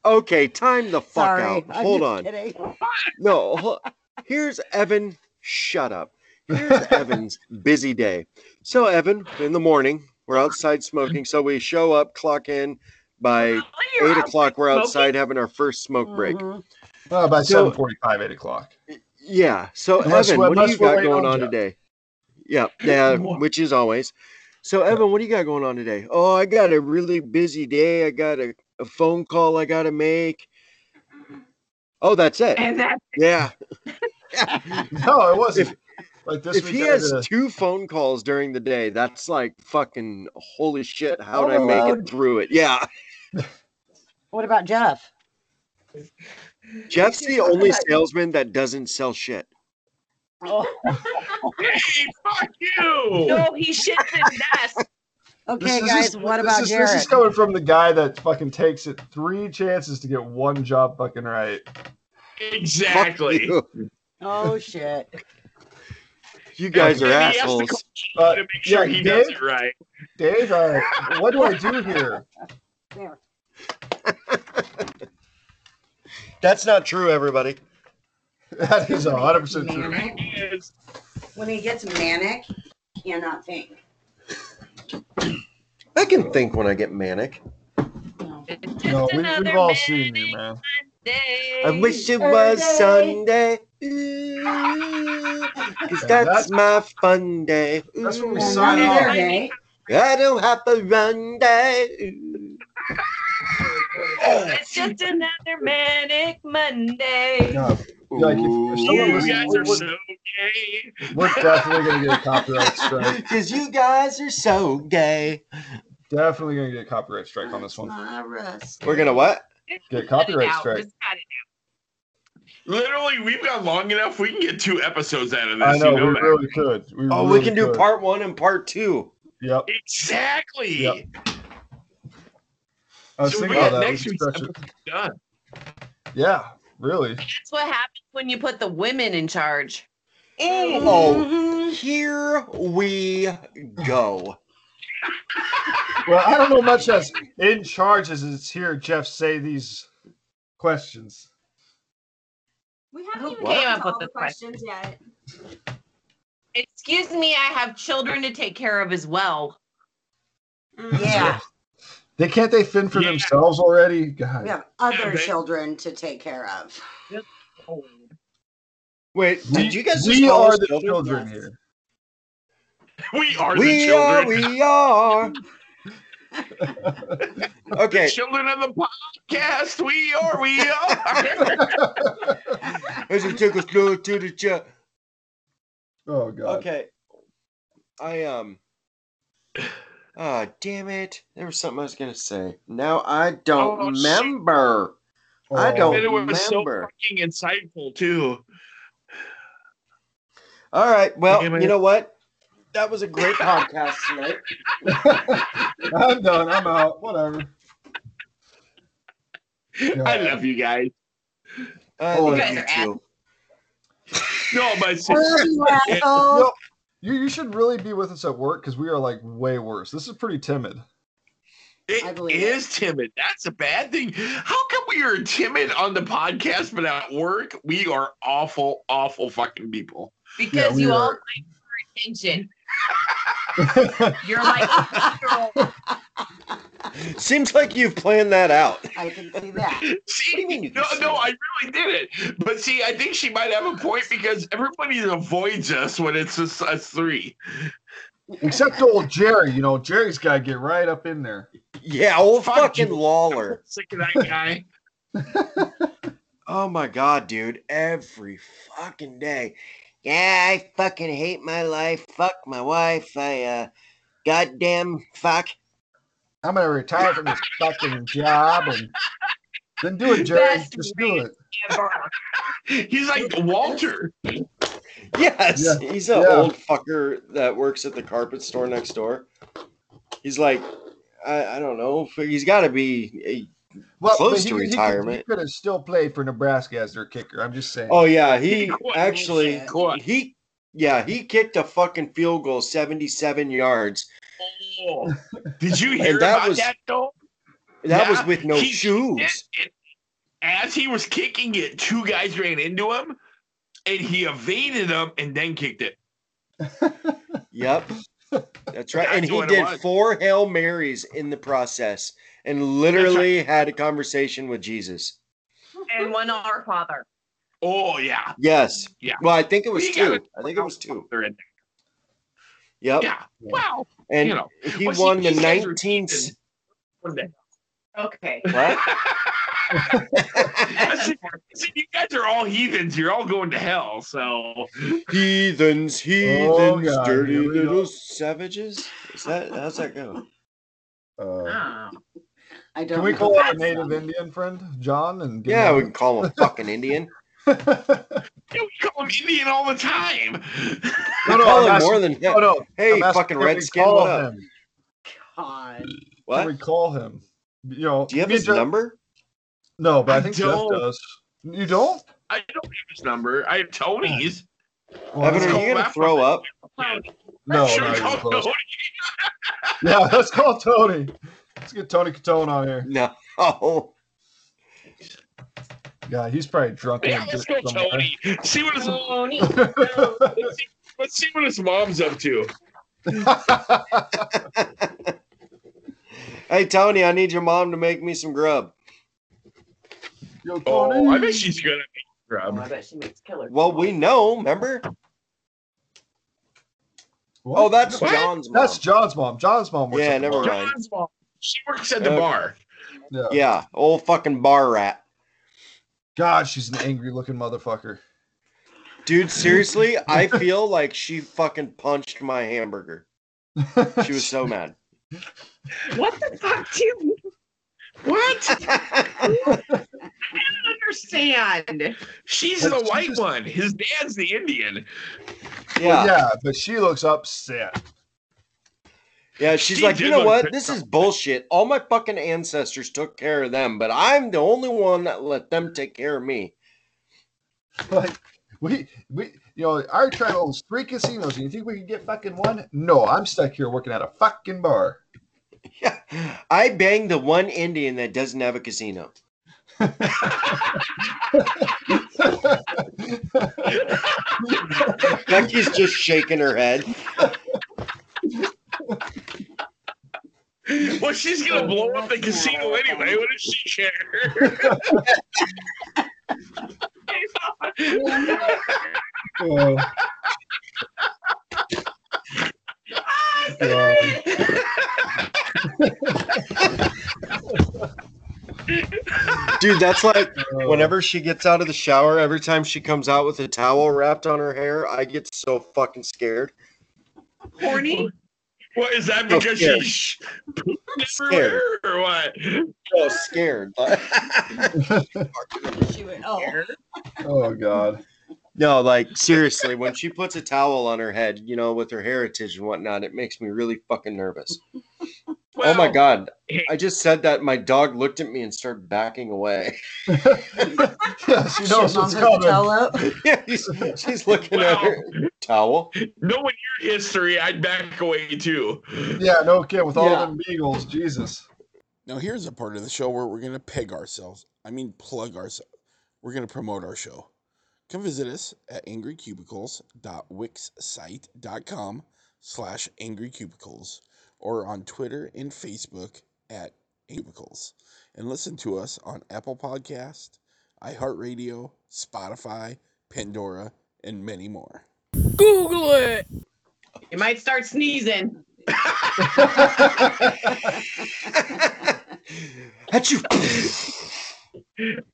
[SPEAKER 4] okay, time the fuck
[SPEAKER 5] Sorry,
[SPEAKER 4] out.
[SPEAKER 5] I'm
[SPEAKER 4] Hold
[SPEAKER 5] just
[SPEAKER 4] on.
[SPEAKER 5] kidding.
[SPEAKER 4] No, hol- here's Evan. Shut up. Here's Evan's busy day. So, Evan, in the morning, we're outside smoking. So, we show up, clock in. By
[SPEAKER 6] You're
[SPEAKER 4] 8 o'clock, we're
[SPEAKER 6] smoking?
[SPEAKER 4] outside having our first smoke break.
[SPEAKER 5] Mhm.
[SPEAKER 2] Uh, by
[SPEAKER 4] So-
[SPEAKER 2] seven forty-five, eight o'clock.
[SPEAKER 4] Yeah. So,
[SPEAKER 2] Unless
[SPEAKER 4] Evan,
[SPEAKER 2] we're-
[SPEAKER 4] what do
[SPEAKER 2] unless
[SPEAKER 4] you
[SPEAKER 2] we're
[SPEAKER 4] got
[SPEAKER 2] waiting
[SPEAKER 4] going
[SPEAKER 2] on
[SPEAKER 4] on
[SPEAKER 2] Jeff.
[SPEAKER 4] today? Yeah. Yeah.
[SPEAKER 3] What?
[SPEAKER 4] Which is always. So, Evan, what do you got going on today? Oh, I got a really busy day. I got a, a phone call I got to make. Oh, that's it.
[SPEAKER 6] And that's
[SPEAKER 4] Yeah.
[SPEAKER 2] No, it wasn't. like this
[SPEAKER 4] if
[SPEAKER 2] week,
[SPEAKER 4] he
[SPEAKER 2] I had
[SPEAKER 4] has
[SPEAKER 2] a-
[SPEAKER 4] two phone calls during the day, that's like fucking holy shit. How'd I make
[SPEAKER 5] Overload.
[SPEAKER 4] it through it? Yeah.
[SPEAKER 5] What about Jeff?
[SPEAKER 4] Jeff's the only salesman that doesn't sell shit.
[SPEAKER 5] Oh,
[SPEAKER 3] Hey, fuck you.
[SPEAKER 6] no, he shits in dust.
[SPEAKER 2] this
[SPEAKER 5] Okay,
[SPEAKER 2] is-
[SPEAKER 5] guys, what about
[SPEAKER 2] this is,
[SPEAKER 5] Jared?
[SPEAKER 2] This is coming from the guy that fucking takes it three chances to get one job fucking right.
[SPEAKER 4] Fuck
[SPEAKER 3] Exactly.
[SPEAKER 4] you.
[SPEAKER 5] oh shit!
[SPEAKER 4] You guys are
[SPEAKER 3] And he has to
[SPEAKER 4] assholes.
[SPEAKER 3] call
[SPEAKER 2] Uh,
[SPEAKER 3] to make sure
[SPEAKER 2] yeah,
[SPEAKER 3] he
[SPEAKER 2] Dave?
[SPEAKER 3] does it right.
[SPEAKER 2] Dave, uh, what do I do here?
[SPEAKER 5] There.
[SPEAKER 4] That's not true, everybody.
[SPEAKER 2] That is hundred percent true.
[SPEAKER 5] Manic.
[SPEAKER 3] Yes.
[SPEAKER 5] When he gets manic, he cannot think.
[SPEAKER 4] I can think when I get manic.
[SPEAKER 5] No.
[SPEAKER 6] It's just
[SPEAKER 2] No, we,
[SPEAKER 6] another
[SPEAKER 2] we've all seen
[SPEAKER 6] manic
[SPEAKER 2] you, man.
[SPEAKER 6] Day.
[SPEAKER 4] I wish it
[SPEAKER 5] Every
[SPEAKER 4] was
[SPEAKER 5] day.
[SPEAKER 4] Sunday. Because
[SPEAKER 2] Yeah,
[SPEAKER 4] that's
[SPEAKER 2] that-
[SPEAKER 4] my fun day.
[SPEAKER 2] that's when we
[SPEAKER 4] Ooh.
[SPEAKER 2] sign
[SPEAKER 5] Another
[SPEAKER 2] off.
[SPEAKER 5] day.
[SPEAKER 4] I don't have to run day. Ooh.
[SPEAKER 6] It's just another manic Monday.
[SPEAKER 2] No, like if, if someone
[SPEAKER 3] You
[SPEAKER 2] listens,
[SPEAKER 3] guys
[SPEAKER 2] we're,
[SPEAKER 3] are so gay.
[SPEAKER 2] we're definitely gonna get a copyright strike.
[SPEAKER 4] Because you guys are so gay.
[SPEAKER 2] Definitely gonna get a copyright strike on this one.
[SPEAKER 5] My wrist.
[SPEAKER 4] We're gonna what?
[SPEAKER 2] Get
[SPEAKER 6] Cut it
[SPEAKER 2] copyright
[SPEAKER 6] out,
[SPEAKER 2] strike.
[SPEAKER 6] just cut it
[SPEAKER 3] Literally, we've got long enough. We can get two episodes out of this.
[SPEAKER 2] I know,
[SPEAKER 3] you know
[SPEAKER 2] we
[SPEAKER 3] that.
[SPEAKER 2] really could. We
[SPEAKER 4] Oh,
[SPEAKER 2] really
[SPEAKER 4] we can do
[SPEAKER 2] could.
[SPEAKER 4] part one and part two.
[SPEAKER 2] Yep.
[SPEAKER 3] Exactly.
[SPEAKER 2] Yep. I was
[SPEAKER 3] So we
[SPEAKER 2] thinking about
[SPEAKER 3] got
[SPEAKER 2] that.
[SPEAKER 3] next
[SPEAKER 2] we
[SPEAKER 3] week's
[SPEAKER 2] could stretch
[SPEAKER 3] episode
[SPEAKER 2] it.
[SPEAKER 3] done.
[SPEAKER 2] Yeah, really.
[SPEAKER 6] That's what happens when you put the women in charge.
[SPEAKER 4] Oh, here we go.
[SPEAKER 2] Well, I don't know much as in charge as it's here. Jeff say these questions.
[SPEAKER 9] We haven't
[SPEAKER 6] Who
[SPEAKER 9] even
[SPEAKER 6] came
[SPEAKER 9] gotten
[SPEAKER 6] up
[SPEAKER 9] to
[SPEAKER 6] with
[SPEAKER 9] all the
[SPEAKER 6] this question?
[SPEAKER 9] questions yet.
[SPEAKER 6] Excuse me, I have children to take care of as well.
[SPEAKER 9] Mm.
[SPEAKER 5] Mm-hmm. Yeah,
[SPEAKER 2] They can't they fend for
[SPEAKER 3] Yeah.
[SPEAKER 2] themselves already? God.
[SPEAKER 5] we have other
[SPEAKER 3] they-
[SPEAKER 5] children to take care of.
[SPEAKER 4] Wait,
[SPEAKER 2] We-
[SPEAKER 4] did you guys just
[SPEAKER 2] we
[SPEAKER 4] call
[SPEAKER 2] are
[SPEAKER 4] us
[SPEAKER 2] the children here.
[SPEAKER 3] We are the
[SPEAKER 4] We are,
[SPEAKER 3] children.
[SPEAKER 4] we are. okay,
[SPEAKER 3] Children of the podcast. We are. We are.
[SPEAKER 4] as you take us slow to the chat.
[SPEAKER 2] Oh god.
[SPEAKER 4] Okay, I um. Ah, damn it! There was something I was gonna say. Now I don't
[SPEAKER 3] Oh, shit.
[SPEAKER 4] remember. I
[SPEAKER 2] Oh.
[SPEAKER 4] don't-
[SPEAKER 3] And it was so
[SPEAKER 4] Remember.
[SPEAKER 3] fucking insightful too.
[SPEAKER 4] All right. Well,
[SPEAKER 3] Okay, my-
[SPEAKER 4] you know what? That was a great podcast tonight.
[SPEAKER 2] I'm done. I'm out. Whatever.
[SPEAKER 3] I
[SPEAKER 2] Yeah.
[SPEAKER 3] love you guys.
[SPEAKER 4] I
[SPEAKER 2] Oh,
[SPEAKER 4] love
[SPEAKER 2] you
[SPEAKER 6] guys
[SPEAKER 4] you
[SPEAKER 6] are
[SPEAKER 4] too.
[SPEAKER 3] No, but
[SPEAKER 5] Love
[SPEAKER 3] since,
[SPEAKER 5] you, asshole.
[SPEAKER 2] No, you you should really be with us at work because we are like way worse. This is pretty timid.
[SPEAKER 5] I
[SPEAKER 3] it
[SPEAKER 5] believe
[SPEAKER 3] is timid. That's a bad thing. How come we are timid on the podcast, but at work we are awful, awful fucking people?
[SPEAKER 6] Because
[SPEAKER 2] we
[SPEAKER 6] you all
[SPEAKER 2] are.
[SPEAKER 6] fight for attention. You're like,
[SPEAKER 4] Seems like you've planned that out.
[SPEAKER 5] I can see that.
[SPEAKER 3] See,
[SPEAKER 4] What do you mean you
[SPEAKER 3] no,
[SPEAKER 4] can see
[SPEAKER 3] no,
[SPEAKER 4] it?
[SPEAKER 3] I really did it. But see, I think she might have a point because everybody avoids us when it's just us three.
[SPEAKER 2] Except old Jerry. You know, Jerry's got to get right up in there.
[SPEAKER 4] Yeah, old
[SPEAKER 3] Fuck
[SPEAKER 4] fucking
[SPEAKER 3] you.
[SPEAKER 4] Lawler.
[SPEAKER 3] Sick of that guy.
[SPEAKER 4] Oh my god, dude. Every fucking day. Yeah, I fucking hate my life. Fuck my wife. I uh goddamn fuck.
[SPEAKER 2] I'm gonna retire from this fucking job and then do it, Jerry.
[SPEAKER 6] Best
[SPEAKER 2] Just
[SPEAKER 6] way.
[SPEAKER 2] do it.
[SPEAKER 3] He's like Walter.
[SPEAKER 4] Yes.
[SPEAKER 2] Yeah,
[SPEAKER 4] He's an
[SPEAKER 2] yeah.
[SPEAKER 4] old fucker that works at the carpet store next door. He's like I, I don't know. He's got to be.
[SPEAKER 2] Well, but
[SPEAKER 4] Close to
[SPEAKER 2] could- He
[SPEAKER 4] retirement.
[SPEAKER 2] could, he could have still played for Nebraska as their kicker. I'm just saying.
[SPEAKER 4] Oh yeah, he
[SPEAKER 3] He quit.
[SPEAKER 4] actually
[SPEAKER 3] Quit.
[SPEAKER 4] he yeah he kicked a fucking field goal, seventy-seven yards.
[SPEAKER 3] Oh, did you hear
[SPEAKER 4] that
[SPEAKER 3] about
[SPEAKER 4] was-
[SPEAKER 3] that though?
[SPEAKER 4] That
[SPEAKER 3] Yeah,
[SPEAKER 4] was with no
[SPEAKER 3] he-
[SPEAKER 4] shoes.
[SPEAKER 3] And- and as he was kicking it, two guys ran into him, and he evaded them and then kicked it.
[SPEAKER 4] Yep. That's right. and
[SPEAKER 3] That's
[SPEAKER 4] he
[SPEAKER 3] what it
[SPEAKER 4] did
[SPEAKER 3] was.
[SPEAKER 4] four Hail Marys in the process and literally had a conversation with Jesus.
[SPEAKER 6] and one our father.
[SPEAKER 3] Oh yeah,
[SPEAKER 4] Yes.
[SPEAKER 3] Yeah.
[SPEAKER 4] Well, I think it was
[SPEAKER 3] We
[SPEAKER 4] two.
[SPEAKER 3] gotta-
[SPEAKER 4] I think it was two.
[SPEAKER 3] they're in there.
[SPEAKER 4] Yep.
[SPEAKER 3] Yeah. Wow.
[SPEAKER 4] And
[SPEAKER 3] you know,
[SPEAKER 4] he
[SPEAKER 3] Well, see,
[SPEAKER 4] won the
[SPEAKER 3] these guys are
[SPEAKER 4] 19th.
[SPEAKER 3] heathen. One day.
[SPEAKER 6] Okay.
[SPEAKER 4] What?
[SPEAKER 3] see, see, you guys are all heathens. You're all going to hell. So
[SPEAKER 4] heathens, heathens,
[SPEAKER 2] Oh, God,
[SPEAKER 4] dirty
[SPEAKER 2] here we go.
[SPEAKER 4] little savages. Is that how's that go?
[SPEAKER 2] Uh,
[SPEAKER 6] Oh.
[SPEAKER 5] I don't.
[SPEAKER 2] can we
[SPEAKER 5] know
[SPEAKER 2] call
[SPEAKER 5] that
[SPEAKER 2] our native
[SPEAKER 5] song.
[SPEAKER 2] Indian friend John and give
[SPEAKER 4] Yeah, we
[SPEAKER 2] him
[SPEAKER 4] can call him a fucking Indian.
[SPEAKER 2] a-
[SPEAKER 3] yeah, we call him Indian all the time.
[SPEAKER 4] We
[SPEAKER 2] No, no,
[SPEAKER 4] call
[SPEAKER 2] I'm
[SPEAKER 4] him
[SPEAKER 2] asking-
[SPEAKER 4] more than
[SPEAKER 2] no, Oh, no.
[SPEAKER 4] hey
[SPEAKER 2] I'm asking,
[SPEAKER 4] fucking
[SPEAKER 2] can we
[SPEAKER 4] redskin.
[SPEAKER 2] call
[SPEAKER 4] What up?
[SPEAKER 2] him?
[SPEAKER 5] God.
[SPEAKER 4] What?
[SPEAKER 2] Can we call him? You know,
[SPEAKER 4] Do you have
[SPEAKER 2] me and
[SPEAKER 4] his
[SPEAKER 2] Jeff-
[SPEAKER 4] number?
[SPEAKER 2] No, but I,
[SPEAKER 3] I
[SPEAKER 2] think
[SPEAKER 3] don't.
[SPEAKER 2] Jeff does. You don't?
[SPEAKER 3] I don't have his number. I have Tony's.
[SPEAKER 2] Well,
[SPEAKER 4] Evan,
[SPEAKER 2] let's
[SPEAKER 4] are
[SPEAKER 3] call
[SPEAKER 4] you gonna
[SPEAKER 3] him
[SPEAKER 4] throw up?
[SPEAKER 2] No,
[SPEAKER 3] Sure,
[SPEAKER 2] not even
[SPEAKER 3] call
[SPEAKER 2] close.
[SPEAKER 3] Tony.
[SPEAKER 2] Yeah, let's call Tony. Let's get Tony Catone on here.
[SPEAKER 4] No. Oh,
[SPEAKER 2] Yeah, he's probably drunk. in
[SPEAKER 3] Yeah,
[SPEAKER 2] a
[SPEAKER 3] let's go,
[SPEAKER 2] ditch somewhere.
[SPEAKER 3] Tony. See what his
[SPEAKER 6] Tony.
[SPEAKER 3] let's see, let's see what his mom's up to.
[SPEAKER 4] hey Tony, I need your mom to make me some grub.
[SPEAKER 2] Yo, Tony.
[SPEAKER 3] Oh, I bet she's gonna be
[SPEAKER 6] Oh, I
[SPEAKER 3] grub.
[SPEAKER 6] bet she makes killer.
[SPEAKER 4] Well, we know, remember?
[SPEAKER 2] What?
[SPEAKER 4] Oh, that's
[SPEAKER 3] What?
[SPEAKER 4] John's mom.
[SPEAKER 2] that's John's mom. John's mom. works
[SPEAKER 4] Yeah,
[SPEAKER 2] at the
[SPEAKER 4] never
[SPEAKER 2] bar.
[SPEAKER 4] mind.
[SPEAKER 3] John's mom. She works at the
[SPEAKER 4] Okay.
[SPEAKER 3] bar.
[SPEAKER 2] Yeah.
[SPEAKER 4] yeah, old fucking bar rat.
[SPEAKER 2] God, she's an angry looking motherfucker.
[SPEAKER 4] Dude, seriously, I feel like she fucking punched my hamburger. She was so mad.
[SPEAKER 6] What the fuck do you
[SPEAKER 3] What?
[SPEAKER 6] understand?
[SPEAKER 3] She's
[SPEAKER 2] But
[SPEAKER 3] the
[SPEAKER 2] she
[SPEAKER 3] white
[SPEAKER 2] just-
[SPEAKER 3] one. His dad's the Indian.
[SPEAKER 2] yeah.
[SPEAKER 4] yeah.
[SPEAKER 2] but she looks upset.
[SPEAKER 4] Yeah, she's
[SPEAKER 3] She
[SPEAKER 4] like, you
[SPEAKER 3] did
[SPEAKER 4] know
[SPEAKER 3] look
[SPEAKER 4] what?
[SPEAKER 3] pissed
[SPEAKER 4] This is bullshit. All my fucking ancestors took care of them, but I'm the only one that let them take care of me.
[SPEAKER 2] Like we we you know our tribe owns three casinos, and you think we can get fucking one? No, I'm stuck here working at a fucking bar.
[SPEAKER 4] Yeah. I banged the one Indian that doesn't have a casino. Becky's just shaking her head.
[SPEAKER 3] Well, she's
[SPEAKER 4] Oh,
[SPEAKER 3] gonna blow up the casino anyway. What does she care?
[SPEAKER 2] Oh,
[SPEAKER 6] Ah,
[SPEAKER 2] God.
[SPEAKER 4] Dude, that's like
[SPEAKER 2] Oh.
[SPEAKER 4] whenever she gets out of the shower, every time she comes out with a towel wrapped on her hair, I get so fucking scared.
[SPEAKER 6] horny.
[SPEAKER 3] What is that?
[SPEAKER 4] No,
[SPEAKER 3] Because
[SPEAKER 4] scared. Oh
[SPEAKER 3] she's sh- pooping everywhere or what?
[SPEAKER 4] So scared.
[SPEAKER 5] She went, oh.
[SPEAKER 2] oh God.
[SPEAKER 4] no, like seriously, when she puts a towel on her head, you know, with her heritage and whatnot, it makes me really fucking nervous. oh my
[SPEAKER 3] Well,
[SPEAKER 4] god.
[SPEAKER 3] hey.
[SPEAKER 4] I just said that my dog looked at me and started backing away.
[SPEAKER 2] Yes, she
[SPEAKER 5] Shit,
[SPEAKER 2] knows
[SPEAKER 5] mom
[SPEAKER 2] what's
[SPEAKER 5] put the
[SPEAKER 2] coming.
[SPEAKER 5] towel up.
[SPEAKER 4] yeah, he's- she's looking at her towel.
[SPEAKER 3] Knowing your history, I'd back away too.
[SPEAKER 2] Yeah, no kid with all
[SPEAKER 4] Yeah.
[SPEAKER 2] them beagles, Jesus.
[SPEAKER 10] Now, here's a part of the show where we're going to peg ourselves. I mean, plug ourselves. We're going to promote our show. Come visit us at angrycubicles.wixsite.com slash angrycubicles or on Twitter and Facebook at angrycubicles. And listen to us on Apple Podcast, iHeartRadio, Spotify, Pandora, and many more.
[SPEAKER 11] Google it.
[SPEAKER 6] You might start sneezing.
[SPEAKER 4] At you.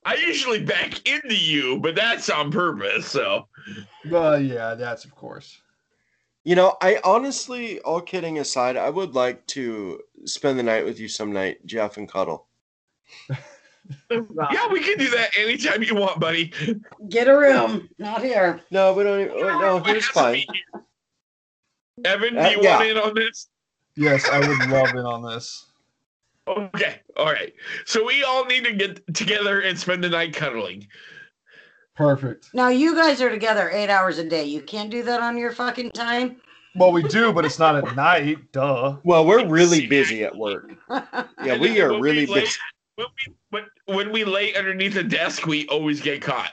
[SPEAKER 3] I usually back into you, but that's on purpose. So
[SPEAKER 2] Well, yeah, that's of course.
[SPEAKER 4] You know, I honestly, all kidding aside, I would like to spend the night with you some night, Jeff and Cuddle.
[SPEAKER 3] yeah, we can do that anytime you want, buddy.
[SPEAKER 5] Get a room. Not here.
[SPEAKER 4] No, we don't. Even, no,
[SPEAKER 3] It
[SPEAKER 4] here's
[SPEAKER 3] has to
[SPEAKER 4] fine.
[SPEAKER 3] be here. Evan, do
[SPEAKER 4] Uh,
[SPEAKER 3] you
[SPEAKER 4] yeah.
[SPEAKER 3] want in on this?
[SPEAKER 2] Yes, I would love in on this.
[SPEAKER 3] Okay, all right. So we all need to get together and spend the night cuddling.
[SPEAKER 2] Perfect.
[SPEAKER 5] Now you guys are together eight hours a day. You can't do that on your fucking time.
[SPEAKER 2] Well, we do, but it's not at night. Duh.
[SPEAKER 4] Well, we're really busy at work. Yeah,
[SPEAKER 3] And
[SPEAKER 4] we
[SPEAKER 3] then
[SPEAKER 4] are
[SPEAKER 3] when
[SPEAKER 4] really
[SPEAKER 3] lay-
[SPEAKER 4] busy.
[SPEAKER 3] When we, when, when we lay underneath the desk, we always get caught.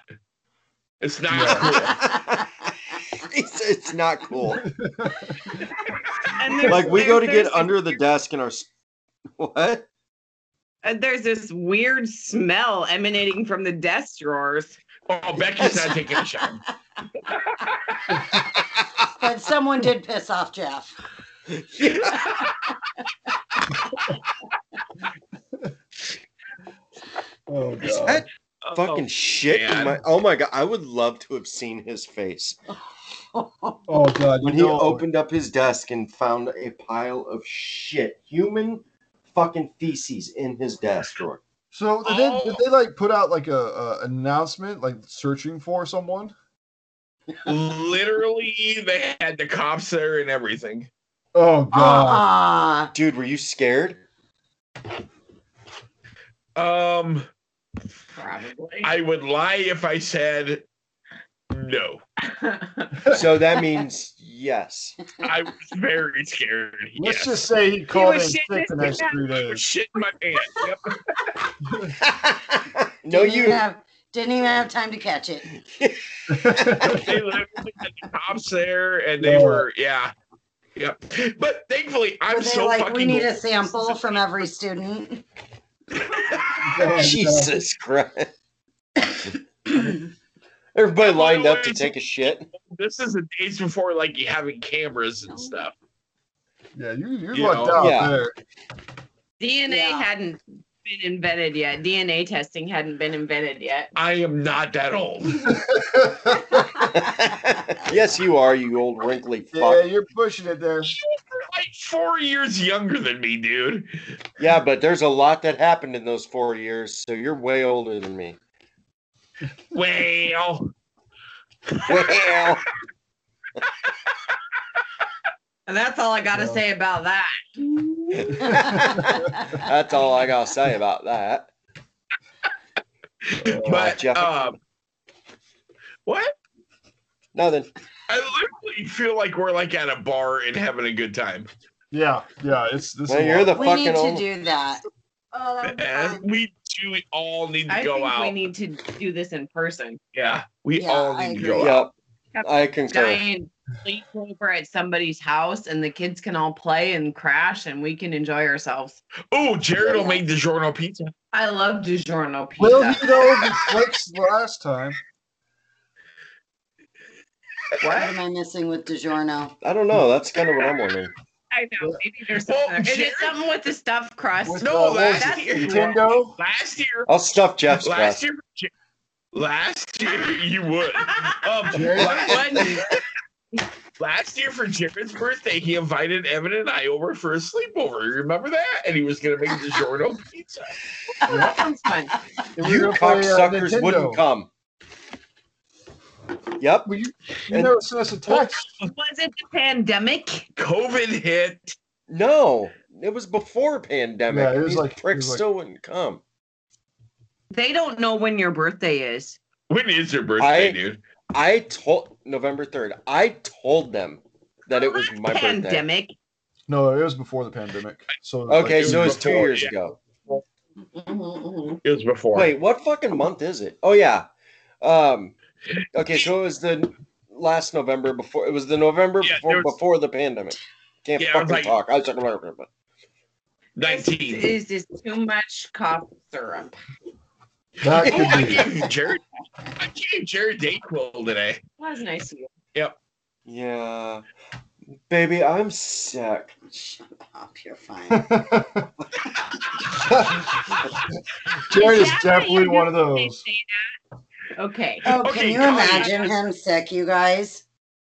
[SPEAKER 3] It's not cool.
[SPEAKER 4] it's, it's not cool.
[SPEAKER 6] And there's-
[SPEAKER 4] Like we go to
[SPEAKER 6] there's-
[SPEAKER 4] get under the desk and our s- what?
[SPEAKER 6] uh, There's this weird smell emanating from the desk drawers.
[SPEAKER 3] Oh, Becky's not taking a shower.
[SPEAKER 5] But someone did piss off Jeff.
[SPEAKER 2] Oh
[SPEAKER 4] Is
[SPEAKER 2] God.
[SPEAKER 4] that fucking shit? In
[SPEAKER 3] man.
[SPEAKER 4] my, oh my god! I would love to have seen his face
[SPEAKER 2] Oh God.
[SPEAKER 4] when
[SPEAKER 2] you
[SPEAKER 4] he
[SPEAKER 2] know-
[SPEAKER 4] opened up his desk and found a pile of shit, human fucking feces in his desk drawer.
[SPEAKER 2] So did, they, did they like put out like a, a announcement like searching for someone?
[SPEAKER 3] Literally, they had the cops there and everything.
[SPEAKER 2] Oh
[SPEAKER 4] Uh,
[SPEAKER 2] God.
[SPEAKER 5] Uh-uh.
[SPEAKER 4] Dude, were you scared?
[SPEAKER 3] Um,
[SPEAKER 6] Probably.
[SPEAKER 3] I would lie if I said no.
[SPEAKER 4] So that means yes.
[SPEAKER 3] I was very scared.
[SPEAKER 2] Let's
[SPEAKER 3] yes.
[SPEAKER 2] just say he called in
[SPEAKER 6] was
[SPEAKER 2] sick
[SPEAKER 6] shit
[SPEAKER 2] the next
[SPEAKER 6] this bad.
[SPEAKER 2] three
[SPEAKER 3] I was
[SPEAKER 2] days.
[SPEAKER 3] shitting my pants. Yep.
[SPEAKER 4] no,
[SPEAKER 5] Didn't even
[SPEAKER 4] you.
[SPEAKER 5] have, didn't even have time to catch it.
[SPEAKER 3] they literally had the cops there, and they
[SPEAKER 2] Yeah.
[SPEAKER 3] were yeah, yep. But thankfully, I'm
[SPEAKER 5] Were they
[SPEAKER 3] so
[SPEAKER 5] like,
[SPEAKER 3] fucking.
[SPEAKER 5] we need a sample from every student?
[SPEAKER 2] Oh,
[SPEAKER 4] Jesus Christ. Everybody lined up to
[SPEAKER 3] Otherwise-
[SPEAKER 4] take a shit.
[SPEAKER 3] this is the days before like having cameras and stuff.
[SPEAKER 2] God. Yeah, you you
[SPEAKER 3] You
[SPEAKER 2] lucked
[SPEAKER 3] know.
[SPEAKER 2] out
[SPEAKER 4] Yeah.
[SPEAKER 2] there.
[SPEAKER 6] DNA
[SPEAKER 5] Yeah.
[SPEAKER 6] hadn't been invented yet. DNA testing hadn't been invented yet.
[SPEAKER 3] I am not that old.
[SPEAKER 4] yes, you are, you old wrinkly
[SPEAKER 2] Yeah,
[SPEAKER 4] fuck.
[SPEAKER 2] you're pushing it there.
[SPEAKER 3] You're like four years younger than me, dude.
[SPEAKER 4] Yeah, but there's a lot that happened in those four years, so you're way older than me.
[SPEAKER 3] Well,
[SPEAKER 4] Well,
[SPEAKER 6] And that's all I got to
[SPEAKER 2] Yeah.
[SPEAKER 6] say about that.
[SPEAKER 4] that's all I gotta say about that.
[SPEAKER 2] Oh,
[SPEAKER 4] God,
[SPEAKER 3] but
[SPEAKER 4] Jeff.
[SPEAKER 3] um, what?
[SPEAKER 4] Nothing.
[SPEAKER 3] I literally feel like we're like at a bar and having a good time.
[SPEAKER 2] Yeah, yeah. It's this.
[SPEAKER 4] Well,
[SPEAKER 2] is
[SPEAKER 4] you're
[SPEAKER 2] wild.
[SPEAKER 4] the
[SPEAKER 5] we
[SPEAKER 4] fucking
[SPEAKER 5] need to
[SPEAKER 4] old.
[SPEAKER 5] do that.
[SPEAKER 9] Oh, that would be
[SPEAKER 3] Uh,
[SPEAKER 9] fun.
[SPEAKER 3] we do. We all need to
[SPEAKER 6] I
[SPEAKER 3] go
[SPEAKER 6] think
[SPEAKER 3] out.
[SPEAKER 6] we need to do this in person.
[SPEAKER 3] yeah, we
[SPEAKER 5] Yeah,
[SPEAKER 3] all
[SPEAKER 5] I
[SPEAKER 3] need to
[SPEAKER 5] agree.
[SPEAKER 3] go out.
[SPEAKER 4] Yep. I concur.
[SPEAKER 6] Giant sleepover at somebody's house, and the kids can all play and crash, and we can enjoy ourselves.
[SPEAKER 3] Oh, Jared will
[SPEAKER 5] Yeah.
[SPEAKER 3] make DiGiorno pizza.
[SPEAKER 6] I love DiGiorno pizza.
[SPEAKER 2] Will you know the flakes last time?
[SPEAKER 5] What am I missing with DiGiorno?
[SPEAKER 4] I don't know. That's kind of what I'm wondering.
[SPEAKER 6] I know. Maybe there's
[SPEAKER 3] Well,
[SPEAKER 6] something. there. Is
[SPEAKER 3] Jared-
[SPEAKER 6] it something with the stuffed crust?
[SPEAKER 2] With,
[SPEAKER 3] No,
[SPEAKER 2] what
[SPEAKER 3] last
[SPEAKER 2] was it,
[SPEAKER 3] year-
[SPEAKER 2] Nintendo.
[SPEAKER 3] Last year,
[SPEAKER 4] I'll stuff Jeff's
[SPEAKER 3] last
[SPEAKER 4] crust.
[SPEAKER 3] year, J- last year you would. Um,
[SPEAKER 2] Jared?
[SPEAKER 3] last,
[SPEAKER 6] Wouldn't.
[SPEAKER 3] last year for Jared's birthday, he invited Evan and I over for a sleepover. You remember that? And he was gonna make DiGiorno pizza.
[SPEAKER 6] that sounds fun.
[SPEAKER 2] And we
[SPEAKER 4] You
[SPEAKER 2] were gonna play, uh,
[SPEAKER 4] cocksuckers
[SPEAKER 2] Nintendo.
[SPEAKER 4] wouldn't come. Yep.
[SPEAKER 2] Well, you you
[SPEAKER 4] And-
[SPEAKER 2] never sent us a text.
[SPEAKER 6] Was it the pandemic?
[SPEAKER 3] COVID hit.
[SPEAKER 4] No, it was before pandemic.
[SPEAKER 2] Yeah, it was
[SPEAKER 4] These
[SPEAKER 2] like- it
[SPEAKER 4] pricks
[SPEAKER 2] was like-
[SPEAKER 4] still wouldn't come.
[SPEAKER 6] They don't know when your birthday is.
[SPEAKER 3] When is your birthday,
[SPEAKER 4] I-
[SPEAKER 3] dude?
[SPEAKER 4] I told November third. I told them that it was my birthday.
[SPEAKER 6] pandemic.
[SPEAKER 2] No, it was before the pandemic. So like,
[SPEAKER 4] Okay,
[SPEAKER 3] It
[SPEAKER 4] so it
[SPEAKER 3] was
[SPEAKER 4] was two
[SPEAKER 3] before,
[SPEAKER 4] years
[SPEAKER 3] yeah.
[SPEAKER 4] ago.
[SPEAKER 3] It was before.
[SPEAKER 4] Wait, what fucking month is it? Oh yeah. Um. Okay, so it was the last November before. It was the November
[SPEAKER 3] Yeah,
[SPEAKER 4] before
[SPEAKER 3] there was-
[SPEAKER 4] before the pandemic. Can't
[SPEAKER 3] Yeah, it was
[SPEAKER 4] fucking
[SPEAKER 3] like-
[SPEAKER 4] talk. I was talking about but
[SPEAKER 3] nineteen.
[SPEAKER 6] This is too much cough syrup.
[SPEAKER 2] that
[SPEAKER 3] Oh, I
[SPEAKER 2] could be.
[SPEAKER 3] gave Jared. I gave Jared Dayquil today.
[SPEAKER 6] That was nice of you.
[SPEAKER 4] Yeah, baby, I'm sick.
[SPEAKER 5] Shut up, you're fine.
[SPEAKER 2] Jared is
[SPEAKER 6] that what
[SPEAKER 2] definitely
[SPEAKER 6] you
[SPEAKER 2] one of
[SPEAKER 6] They
[SPEAKER 2] those.
[SPEAKER 6] say that. Okay.
[SPEAKER 5] Oh,
[SPEAKER 3] Okay,
[SPEAKER 5] can you
[SPEAKER 3] Connie.
[SPEAKER 5] imagine him sick, you guys?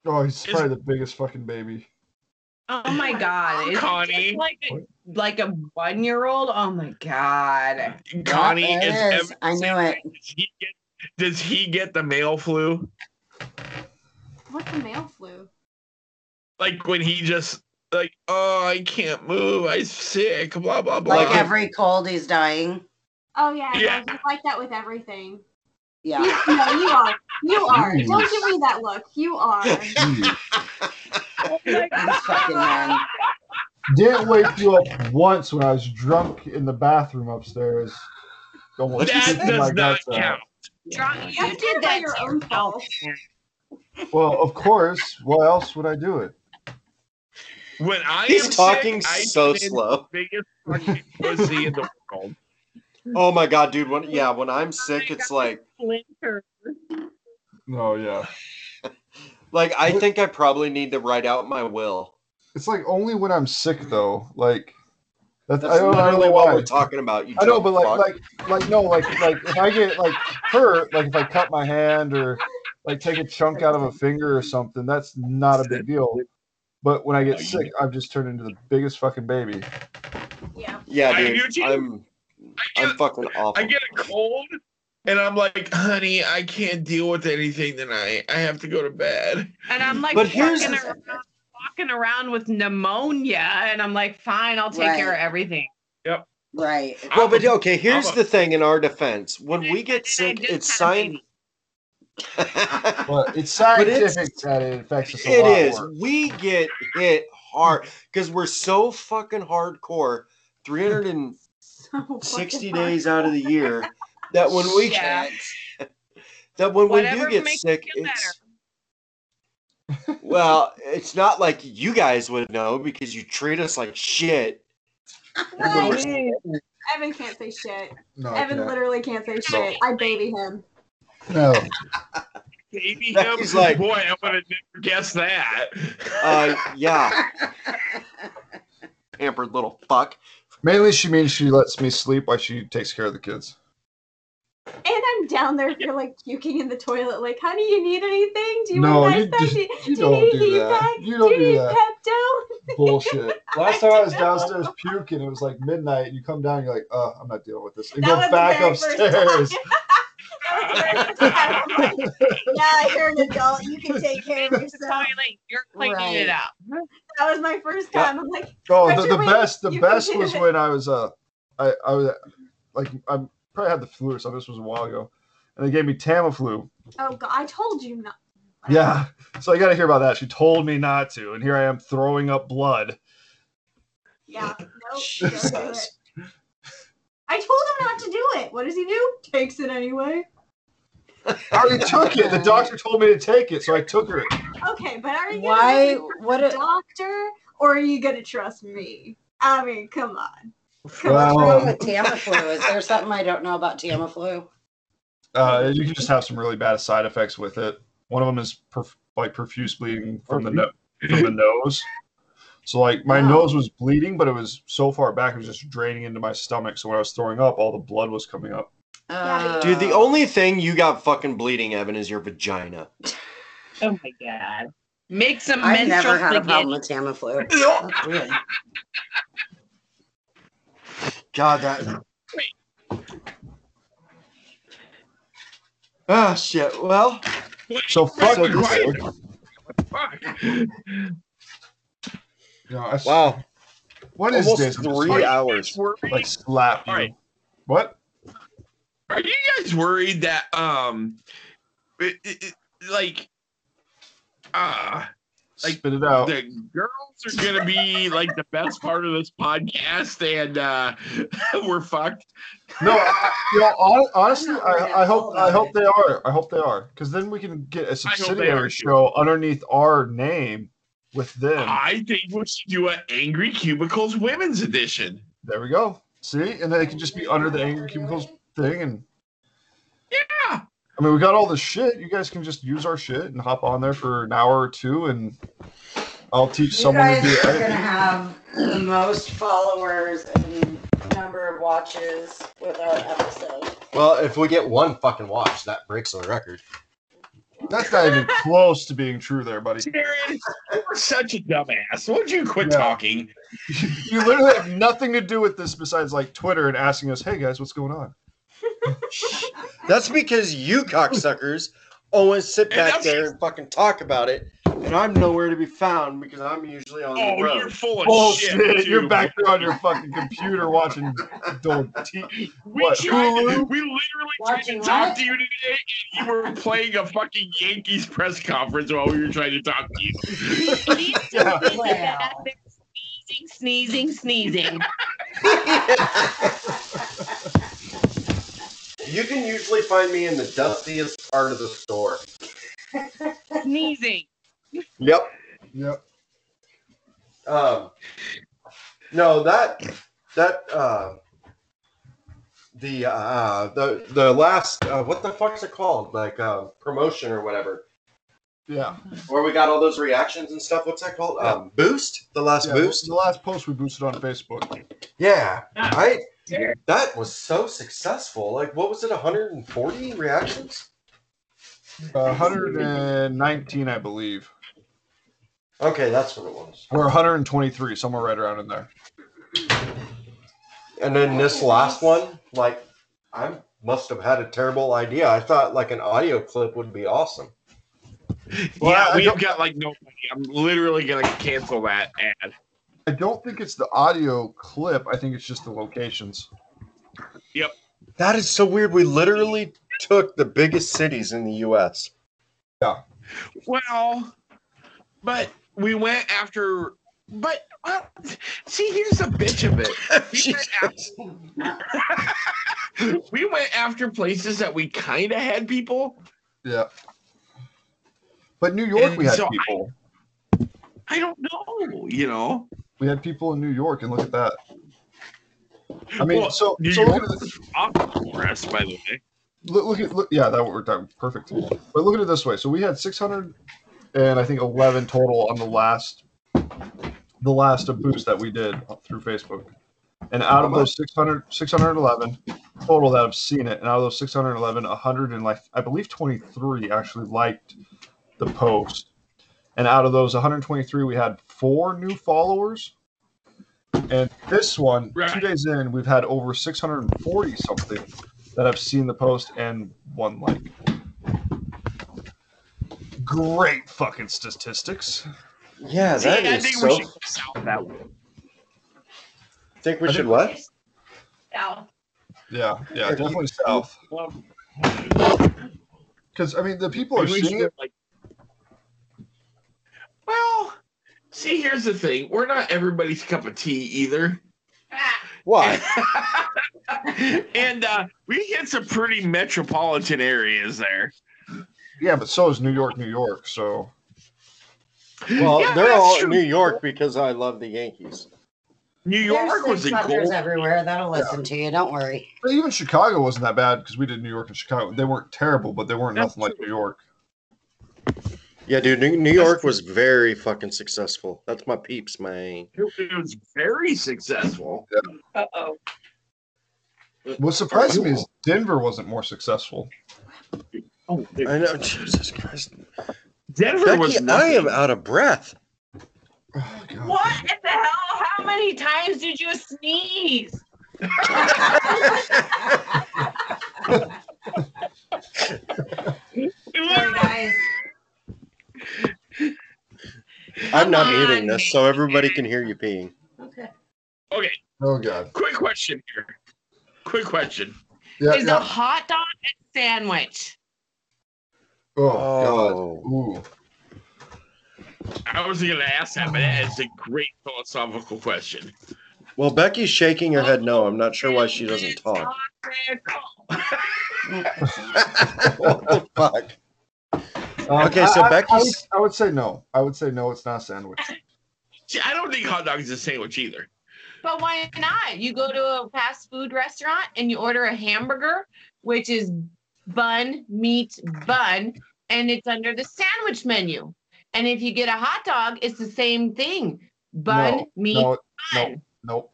[SPEAKER 2] Oh, he's probably the biggest fucking baby.
[SPEAKER 6] Oh my god. Is it
[SPEAKER 3] Connie.
[SPEAKER 6] just like a, like a one year old? Oh my god.
[SPEAKER 3] Connie
[SPEAKER 5] Yep,
[SPEAKER 3] is.
[SPEAKER 5] there it
[SPEAKER 3] Evan-
[SPEAKER 5] I knew it.
[SPEAKER 3] Does he get? Does he get the male flu?
[SPEAKER 9] What the male flu?
[SPEAKER 3] Like when he just like, oh, I can't move. I'm sick. Blah blah blah.
[SPEAKER 5] Like
[SPEAKER 4] Like a-
[SPEAKER 5] every cold, he's dying.
[SPEAKER 9] Oh yeah,
[SPEAKER 3] Yeah.
[SPEAKER 9] No, he's like that with everything.
[SPEAKER 5] Yeah.
[SPEAKER 9] You, no, you are. You are.
[SPEAKER 2] Ooh.
[SPEAKER 9] Don't give me that look. You are.
[SPEAKER 6] Oh
[SPEAKER 5] These fucking men.
[SPEAKER 2] Didn't wake you up once when I was drunk in the bathroom upstairs. Almost
[SPEAKER 3] That
[SPEAKER 2] puking my
[SPEAKER 3] does not
[SPEAKER 2] guts out.
[SPEAKER 3] count.
[SPEAKER 6] Drunk, you did
[SPEAKER 9] That's kind of by
[SPEAKER 6] that
[SPEAKER 9] your
[SPEAKER 6] to
[SPEAKER 9] own
[SPEAKER 6] yourself.
[SPEAKER 9] fault.
[SPEAKER 2] Well, of course. Why else would I do it?
[SPEAKER 3] When I am
[SPEAKER 4] He's talking
[SPEAKER 3] sick, I
[SPEAKER 4] so
[SPEAKER 3] am the
[SPEAKER 4] slow.
[SPEAKER 3] Biggest fucking pussy in the world.
[SPEAKER 4] Oh my god, dude. When yeah, when I'm sick, it's like
[SPEAKER 6] Splinter.
[SPEAKER 2] No, yeah.
[SPEAKER 4] like I think I probably need to write out my will.
[SPEAKER 2] It's like only when I'm sick though. Like that's,
[SPEAKER 4] That's
[SPEAKER 2] I don't, I don't
[SPEAKER 4] literally
[SPEAKER 2] know
[SPEAKER 4] what
[SPEAKER 2] why.
[SPEAKER 4] we're talking about. You
[SPEAKER 2] I know,
[SPEAKER 4] drunk
[SPEAKER 2] but like,
[SPEAKER 4] fuck.
[SPEAKER 2] like, like, no, like, like, if I get like hurt, like if I cut my hand or like take a chunk out of a finger or something, that's not a big deal. But when I get sick, I've just turned into the biggest fucking baby.
[SPEAKER 9] Yeah.
[SPEAKER 4] yeah,
[SPEAKER 3] I
[SPEAKER 4] dude.
[SPEAKER 3] do too.
[SPEAKER 4] I'm
[SPEAKER 3] I
[SPEAKER 4] I'm
[SPEAKER 3] get,
[SPEAKER 4] fucking awful.
[SPEAKER 3] I get a cold, and I'm like, honey, I can't deal with anything tonight. I have to go to bed.
[SPEAKER 6] And I'm like
[SPEAKER 4] But here's-
[SPEAKER 6] walking, around, walking around with pneumonia, and I'm like, fine, I'll take
[SPEAKER 5] Right.
[SPEAKER 6] care of everything.
[SPEAKER 5] Right.
[SPEAKER 3] I'm a-
[SPEAKER 4] Well, but okay, here's
[SPEAKER 3] I'm a-
[SPEAKER 4] the thing in our defense. When we
[SPEAKER 6] And I
[SPEAKER 4] get sick,
[SPEAKER 6] just
[SPEAKER 4] it's
[SPEAKER 6] had a
[SPEAKER 4] sign.
[SPEAKER 6] baby.
[SPEAKER 4] it
[SPEAKER 2] But it's
[SPEAKER 4] But it's-
[SPEAKER 2] scientific that it affects us a lot
[SPEAKER 4] is.
[SPEAKER 2] more.
[SPEAKER 4] We get hit hard because we're so fucking hardcore 360
[SPEAKER 9] So fucking
[SPEAKER 4] days out of the year that when we
[SPEAKER 6] Yeah.
[SPEAKER 4] get that when
[SPEAKER 6] Whatever
[SPEAKER 4] we do get
[SPEAKER 6] makes
[SPEAKER 4] sick,
[SPEAKER 6] you feel
[SPEAKER 4] it's well, it's not like you guys would know because you treat us like shit. When
[SPEAKER 9] fine.
[SPEAKER 4] we're-
[SPEAKER 9] Evan can't say shit.
[SPEAKER 2] No, I
[SPEAKER 9] Evan
[SPEAKER 2] can't.
[SPEAKER 9] literally can't say shit. I baby him.
[SPEAKER 2] no.
[SPEAKER 3] baby
[SPEAKER 4] That
[SPEAKER 3] him.
[SPEAKER 4] is like-
[SPEAKER 3] boy, I would have never guessed that.
[SPEAKER 4] uh, yeah, pampered little fuck.
[SPEAKER 2] Mainly, she means she lets me sleep while she takes care of the kids.
[SPEAKER 9] And I'm down there for like puking in the toilet. Like, honey, you need anything? Do you
[SPEAKER 2] No,
[SPEAKER 9] want
[SPEAKER 2] you
[SPEAKER 9] an ice pack?
[SPEAKER 2] just-
[SPEAKER 9] Do you,
[SPEAKER 2] you
[SPEAKER 9] do
[SPEAKER 2] don't
[SPEAKER 9] you need
[SPEAKER 2] do
[SPEAKER 9] a heat
[SPEAKER 2] that.
[SPEAKER 9] pack?
[SPEAKER 2] You don't
[SPEAKER 9] do you
[SPEAKER 2] do
[SPEAKER 9] need
[SPEAKER 2] that.
[SPEAKER 9] Pepto?
[SPEAKER 2] Bullshit. Last time I was downstairs puking, it was like midnight. And you come down, you're like, uh, I'm not dealing with this. And
[SPEAKER 9] That
[SPEAKER 2] go
[SPEAKER 9] was the
[SPEAKER 2] back
[SPEAKER 9] very first
[SPEAKER 2] upstairs.
[SPEAKER 9] That was the very first time. I'm like, yeah, you're an adult. You can take care of
[SPEAKER 6] It's probably
[SPEAKER 9] yourself.
[SPEAKER 6] like you're cleaning
[SPEAKER 5] Right.
[SPEAKER 6] it up.
[SPEAKER 9] That was my first
[SPEAKER 4] Yeah.
[SPEAKER 9] time. I'm like,
[SPEAKER 2] Oh,
[SPEAKER 9] Richard,
[SPEAKER 2] the, the
[SPEAKER 9] wait,
[SPEAKER 2] best, the
[SPEAKER 9] you
[SPEAKER 2] best
[SPEAKER 9] can do
[SPEAKER 2] was
[SPEAKER 9] it.
[SPEAKER 2] when I was uh, I I was like I probably had the flu or something. This was a while ago, and they gave me Tamiflu.
[SPEAKER 9] oh god, I told you not.
[SPEAKER 2] Yeah, so I got to hear about that. She told me not to, and here I am throwing up blood.
[SPEAKER 9] Yeah. Nope. Don't do it.
[SPEAKER 4] Jesus.
[SPEAKER 9] I told him not to do it. What does he do? Takes it anyway.
[SPEAKER 2] I already took it. The doctor told me to take it, so I took her.
[SPEAKER 9] Okay, but are you
[SPEAKER 5] Why-
[SPEAKER 9] gonna trust
[SPEAKER 5] what
[SPEAKER 9] the
[SPEAKER 5] a-
[SPEAKER 9] doctor or are you gonna trust me? I mean, come on. Come
[SPEAKER 5] What's
[SPEAKER 2] Wow.
[SPEAKER 9] on.
[SPEAKER 5] wrong with Tamiflu? Is there something I don't know about Tamiflu?
[SPEAKER 2] Uh, you can just have some really bad side effects with it. One of them is perf- like profuse bleeding from the no- from the nose. So like my
[SPEAKER 5] Wow.
[SPEAKER 2] nose was bleeding, but it was so far back it was just draining into my stomach. So when I was throwing up, all the blood was coming up.
[SPEAKER 5] Uh,
[SPEAKER 9] but-
[SPEAKER 4] Dude, the only thing you got fucking bleeding, Evan, is your vagina.
[SPEAKER 6] Oh my god. Make some
[SPEAKER 5] I've
[SPEAKER 6] menstrual
[SPEAKER 5] never had a
[SPEAKER 6] spaghetti.
[SPEAKER 5] problem with Tamiflu. That's weird.
[SPEAKER 4] God, that. Oh shit. Well,
[SPEAKER 2] So fuck
[SPEAKER 4] So
[SPEAKER 2] you.
[SPEAKER 4] this-
[SPEAKER 2] Quiet.
[SPEAKER 3] Fuck.
[SPEAKER 2] No, I s-
[SPEAKER 4] wow.
[SPEAKER 2] What is
[SPEAKER 4] Almost
[SPEAKER 2] this? I'm just
[SPEAKER 4] three
[SPEAKER 2] like-
[SPEAKER 4] hours.
[SPEAKER 2] Like slap you.
[SPEAKER 3] All right.
[SPEAKER 2] What?
[SPEAKER 3] Are you guys worried that um, it, it, it- like, uh Like,
[SPEAKER 2] Spit it out.
[SPEAKER 3] the girls are gonna be like the best part of this podcast, and uh, we're fucked.
[SPEAKER 2] No, I, you know, hon- honestly,
[SPEAKER 5] I'm not worried at
[SPEAKER 2] I, I
[SPEAKER 5] all
[SPEAKER 2] hope
[SPEAKER 5] about
[SPEAKER 2] I hope
[SPEAKER 5] it.
[SPEAKER 2] they are. I hope they are, because then we can get a
[SPEAKER 3] hope they are,
[SPEAKER 2] subsidiary
[SPEAKER 3] too.
[SPEAKER 2] show underneath our name with them.
[SPEAKER 3] I think we should do an Angry Cubicles Women's Edition.
[SPEAKER 2] There we go. See, and then it can just be under the angry cubicles thing, and
[SPEAKER 3] Yeah,
[SPEAKER 2] I mean, we got all this shit. You guys can just use our shit and hop on there for an hour or two, and I'll teach
[SPEAKER 5] You
[SPEAKER 2] someone to
[SPEAKER 5] guys
[SPEAKER 2] do
[SPEAKER 5] are gonna
[SPEAKER 2] it.
[SPEAKER 5] have the most followers and number of watches with our episode.
[SPEAKER 4] Well, if we get one fucking watch, that breaks the record.
[SPEAKER 2] That's not even close to being true, there, buddy.
[SPEAKER 3] Darren, you're such a dumbass. Won't you quit
[SPEAKER 2] Yeah.
[SPEAKER 3] talking?
[SPEAKER 2] You literally have nothing to do with this besides like Twitter and asking us, "Hey guys, what's going on?"
[SPEAKER 4] That's because you cocksuckers always sit
[SPEAKER 3] And
[SPEAKER 4] back
[SPEAKER 3] that's-
[SPEAKER 4] there and fucking talk about it, and I'm nowhere to be found because I'm usually on
[SPEAKER 3] Oh,
[SPEAKER 4] the
[SPEAKER 3] you're
[SPEAKER 4] road.
[SPEAKER 3] full of
[SPEAKER 2] Bullshit!
[SPEAKER 3] shit.
[SPEAKER 2] You're
[SPEAKER 3] dude.
[SPEAKER 2] back there on your fucking computer watching Don't T.
[SPEAKER 3] We
[SPEAKER 2] What,
[SPEAKER 3] tried.
[SPEAKER 2] Hulu?
[SPEAKER 3] We literally tried to
[SPEAKER 5] Watching
[SPEAKER 3] talk
[SPEAKER 5] what?
[SPEAKER 3] to you today, and you were playing a fucking Yankees press conference while we were trying to talk to you.
[SPEAKER 2] Yeah.
[SPEAKER 5] Wow.
[SPEAKER 6] Sneezing, sneezing, sneezing.
[SPEAKER 4] You can usually find me in the dustiest part of the store.
[SPEAKER 6] sneezing.
[SPEAKER 4] Yep.
[SPEAKER 2] Yep.
[SPEAKER 4] Um, no, that that uh, the uh, the the last uh, what the fuck's it called? Like uh, promotion or whatever,
[SPEAKER 2] Yeah.
[SPEAKER 4] where we got all those reactions and stuff. What's that called? Um, boost. The last
[SPEAKER 2] yeah.
[SPEAKER 4] boost.
[SPEAKER 2] The last post we boosted on Facebook.
[SPEAKER 4] Yeah.
[SPEAKER 6] Yeah.
[SPEAKER 4] Right. That was so successful. Like, what was it? 140 reactions.
[SPEAKER 2] Uh, 119, I believe,
[SPEAKER 4] Okay, that's what it was.
[SPEAKER 2] or 123, somewhere right around in there.
[SPEAKER 4] And then this last one, like, I must have had a terrible idea. I thought like an audio clip would be awesome.
[SPEAKER 2] Well, I-
[SPEAKER 3] yeah,
[SPEAKER 2] I
[SPEAKER 3] we've
[SPEAKER 2] don't-
[SPEAKER 3] got like no money. I'm literally gonna cancel that ad.
[SPEAKER 2] I don't think it's the audio clip. I think it's just the locations.
[SPEAKER 4] That is so weird. We literally took the biggest cities in the U.S.
[SPEAKER 3] Well, but we went after. But uh, see, here's the bitch of it. We went, after, we went after places that we kind of had people.
[SPEAKER 2] Yeah. But New York, we
[SPEAKER 3] And
[SPEAKER 2] had
[SPEAKER 3] so I-
[SPEAKER 2] people.
[SPEAKER 3] I don't know, you know.
[SPEAKER 2] We had people in New York, and look at that. I mean,
[SPEAKER 3] Well,
[SPEAKER 2] so,
[SPEAKER 3] New
[SPEAKER 2] so look
[SPEAKER 3] York
[SPEAKER 2] at this.
[SPEAKER 3] is awesome for us, by the way.
[SPEAKER 2] Look, look at look, yeah, that worked out perfect. But look at it this way: so we had 600 and I think 11 total on the last, the last of boost that we did through Facebook. And out of those 600, 611 total that have seen it, and out of those 611, 100 and like I believe 23 actually liked the post. And out of those 123, we had four new followers. And this one, two
[SPEAKER 3] Right.
[SPEAKER 2] days in, we've had over 640 something that have seen the post and one like. Great fucking statistics.
[SPEAKER 4] Yeah,
[SPEAKER 3] See,
[SPEAKER 4] that
[SPEAKER 3] I
[SPEAKER 4] is
[SPEAKER 3] think
[SPEAKER 4] so.
[SPEAKER 3] we should go south that way.
[SPEAKER 4] think we
[SPEAKER 2] I
[SPEAKER 4] should
[SPEAKER 2] think-
[SPEAKER 4] what?
[SPEAKER 6] South.
[SPEAKER 2] Yeah, yeah, definitely south.
[SPEAKER 3] Um,
[SPEAKER 2] Because I mean, the people are
[SPEAKER 3] Maybe we
[SPEAKER 2] seeing
[SPEAKER 3] should,
[SPEAKER 2] it.
[SPEAKER 3] like- well, see, here's the thing: we're not everybody's cup of tea either.
[SPEAKER 6] Ah,
[SPEAKER 4] Why?
[SPEAKER 3] and uh, we hit some pretty metropolitan areas there.
[SPEAKER 2] Yeah, but so is New York, New York. So
[SPEAKER 4] Well,
[SPEAKER 3] Yeah,
[SPEAKER 4] they're
[SPEAKER 3] that's
[SPEAKER 4] all
[SPEAKER 3] true.
[SPEAKER 4] New York because I love the Yankees.
[SPEAKER 3] New York was a
[SPEAKER 5] There's fuckers
[SPEAKER 3] gold.
[SPEAKER 5] everywhere that'll listen to you. Don't worry.
[SPEAKER 2] but even Chicago wasn't that bad because we did New York and Chicago. They weren't terrible, but they weren't
[SPEAKER 3] That's
[SPEAKER 2] nothing like New York.
[SPEAKER 4] Yeah, dude, New, New York was very fucking successful. That's my peeps, man.
[SPEAKER 3] It was very successful.
[SPEAKER 6] Uh oh.
[SPEAKER 2] What surprised me is Denver wasn't more successful.
[SPEAKER 3] Oh,
[SPEAKER 4] I know, Jesus Christ.
[SPEAKER 3] Denver was
[SPEAKER 4] Becky, I
[SPEAKER 3] nothing.
[SPEAKER 4] am out of breath.
[SPEAKER 2] Oh, God.
[SPEAKER 6] What the hell? How many times did you sneeze?
[SPEAKER 9] Sorry, guys.
[SPEAKER 4] I'm not
[SPEAKER 6] Come on,
[SPEAKER 4] muting this so everybody can hear you peeing.
[SPEAKER 5] Okay.
[SPEAKER 3] Okay,
[SPEAKER 2] Oh God.
[SPEAKER 3] quick question here. Quick question.
[SPEAKER 2] Yeah.
[SPEAKER 6] is
[SPEAKER 2] yeah.
[SPEAKER 6] a hot dog a sandwich?
[SPEAKER 2] Oh,
[SPEAKER 4] Oh,
[SPEAKER 2] God. Ooh.
[SPEAKER 3] I wasn't going to ask that, but that is a great philosophical question.
[SPEAKER 4] well, Becky's shaking her head. No, I'm not sure why she doesn't talk. what the fuck?
[SPEAKER 2] Um,
[SPEAKER 4] Okay, so
[SPEAKER 2] I- I- I would,
[SPEAKER 4] Becky's-
[SPEAKER 2] I would say no. I would say no. It's not a sandwich.
[SPEAKER 3] See, I don't think hot dog is a sandwich either.
[SPEAKER 6] But why not? You go to a fast food restaurant and you order a hamburger, which is bun, meat, bun, and it's under the sandwich menu. And if you get a hot dog, it's the same thing bun,
[SPEAKER 2] No,
[SPEAKER 6] meat,
[SPEAKER 2] No.
[SPEAKER 6] bun.
[SPEAKER 2] No. Nope.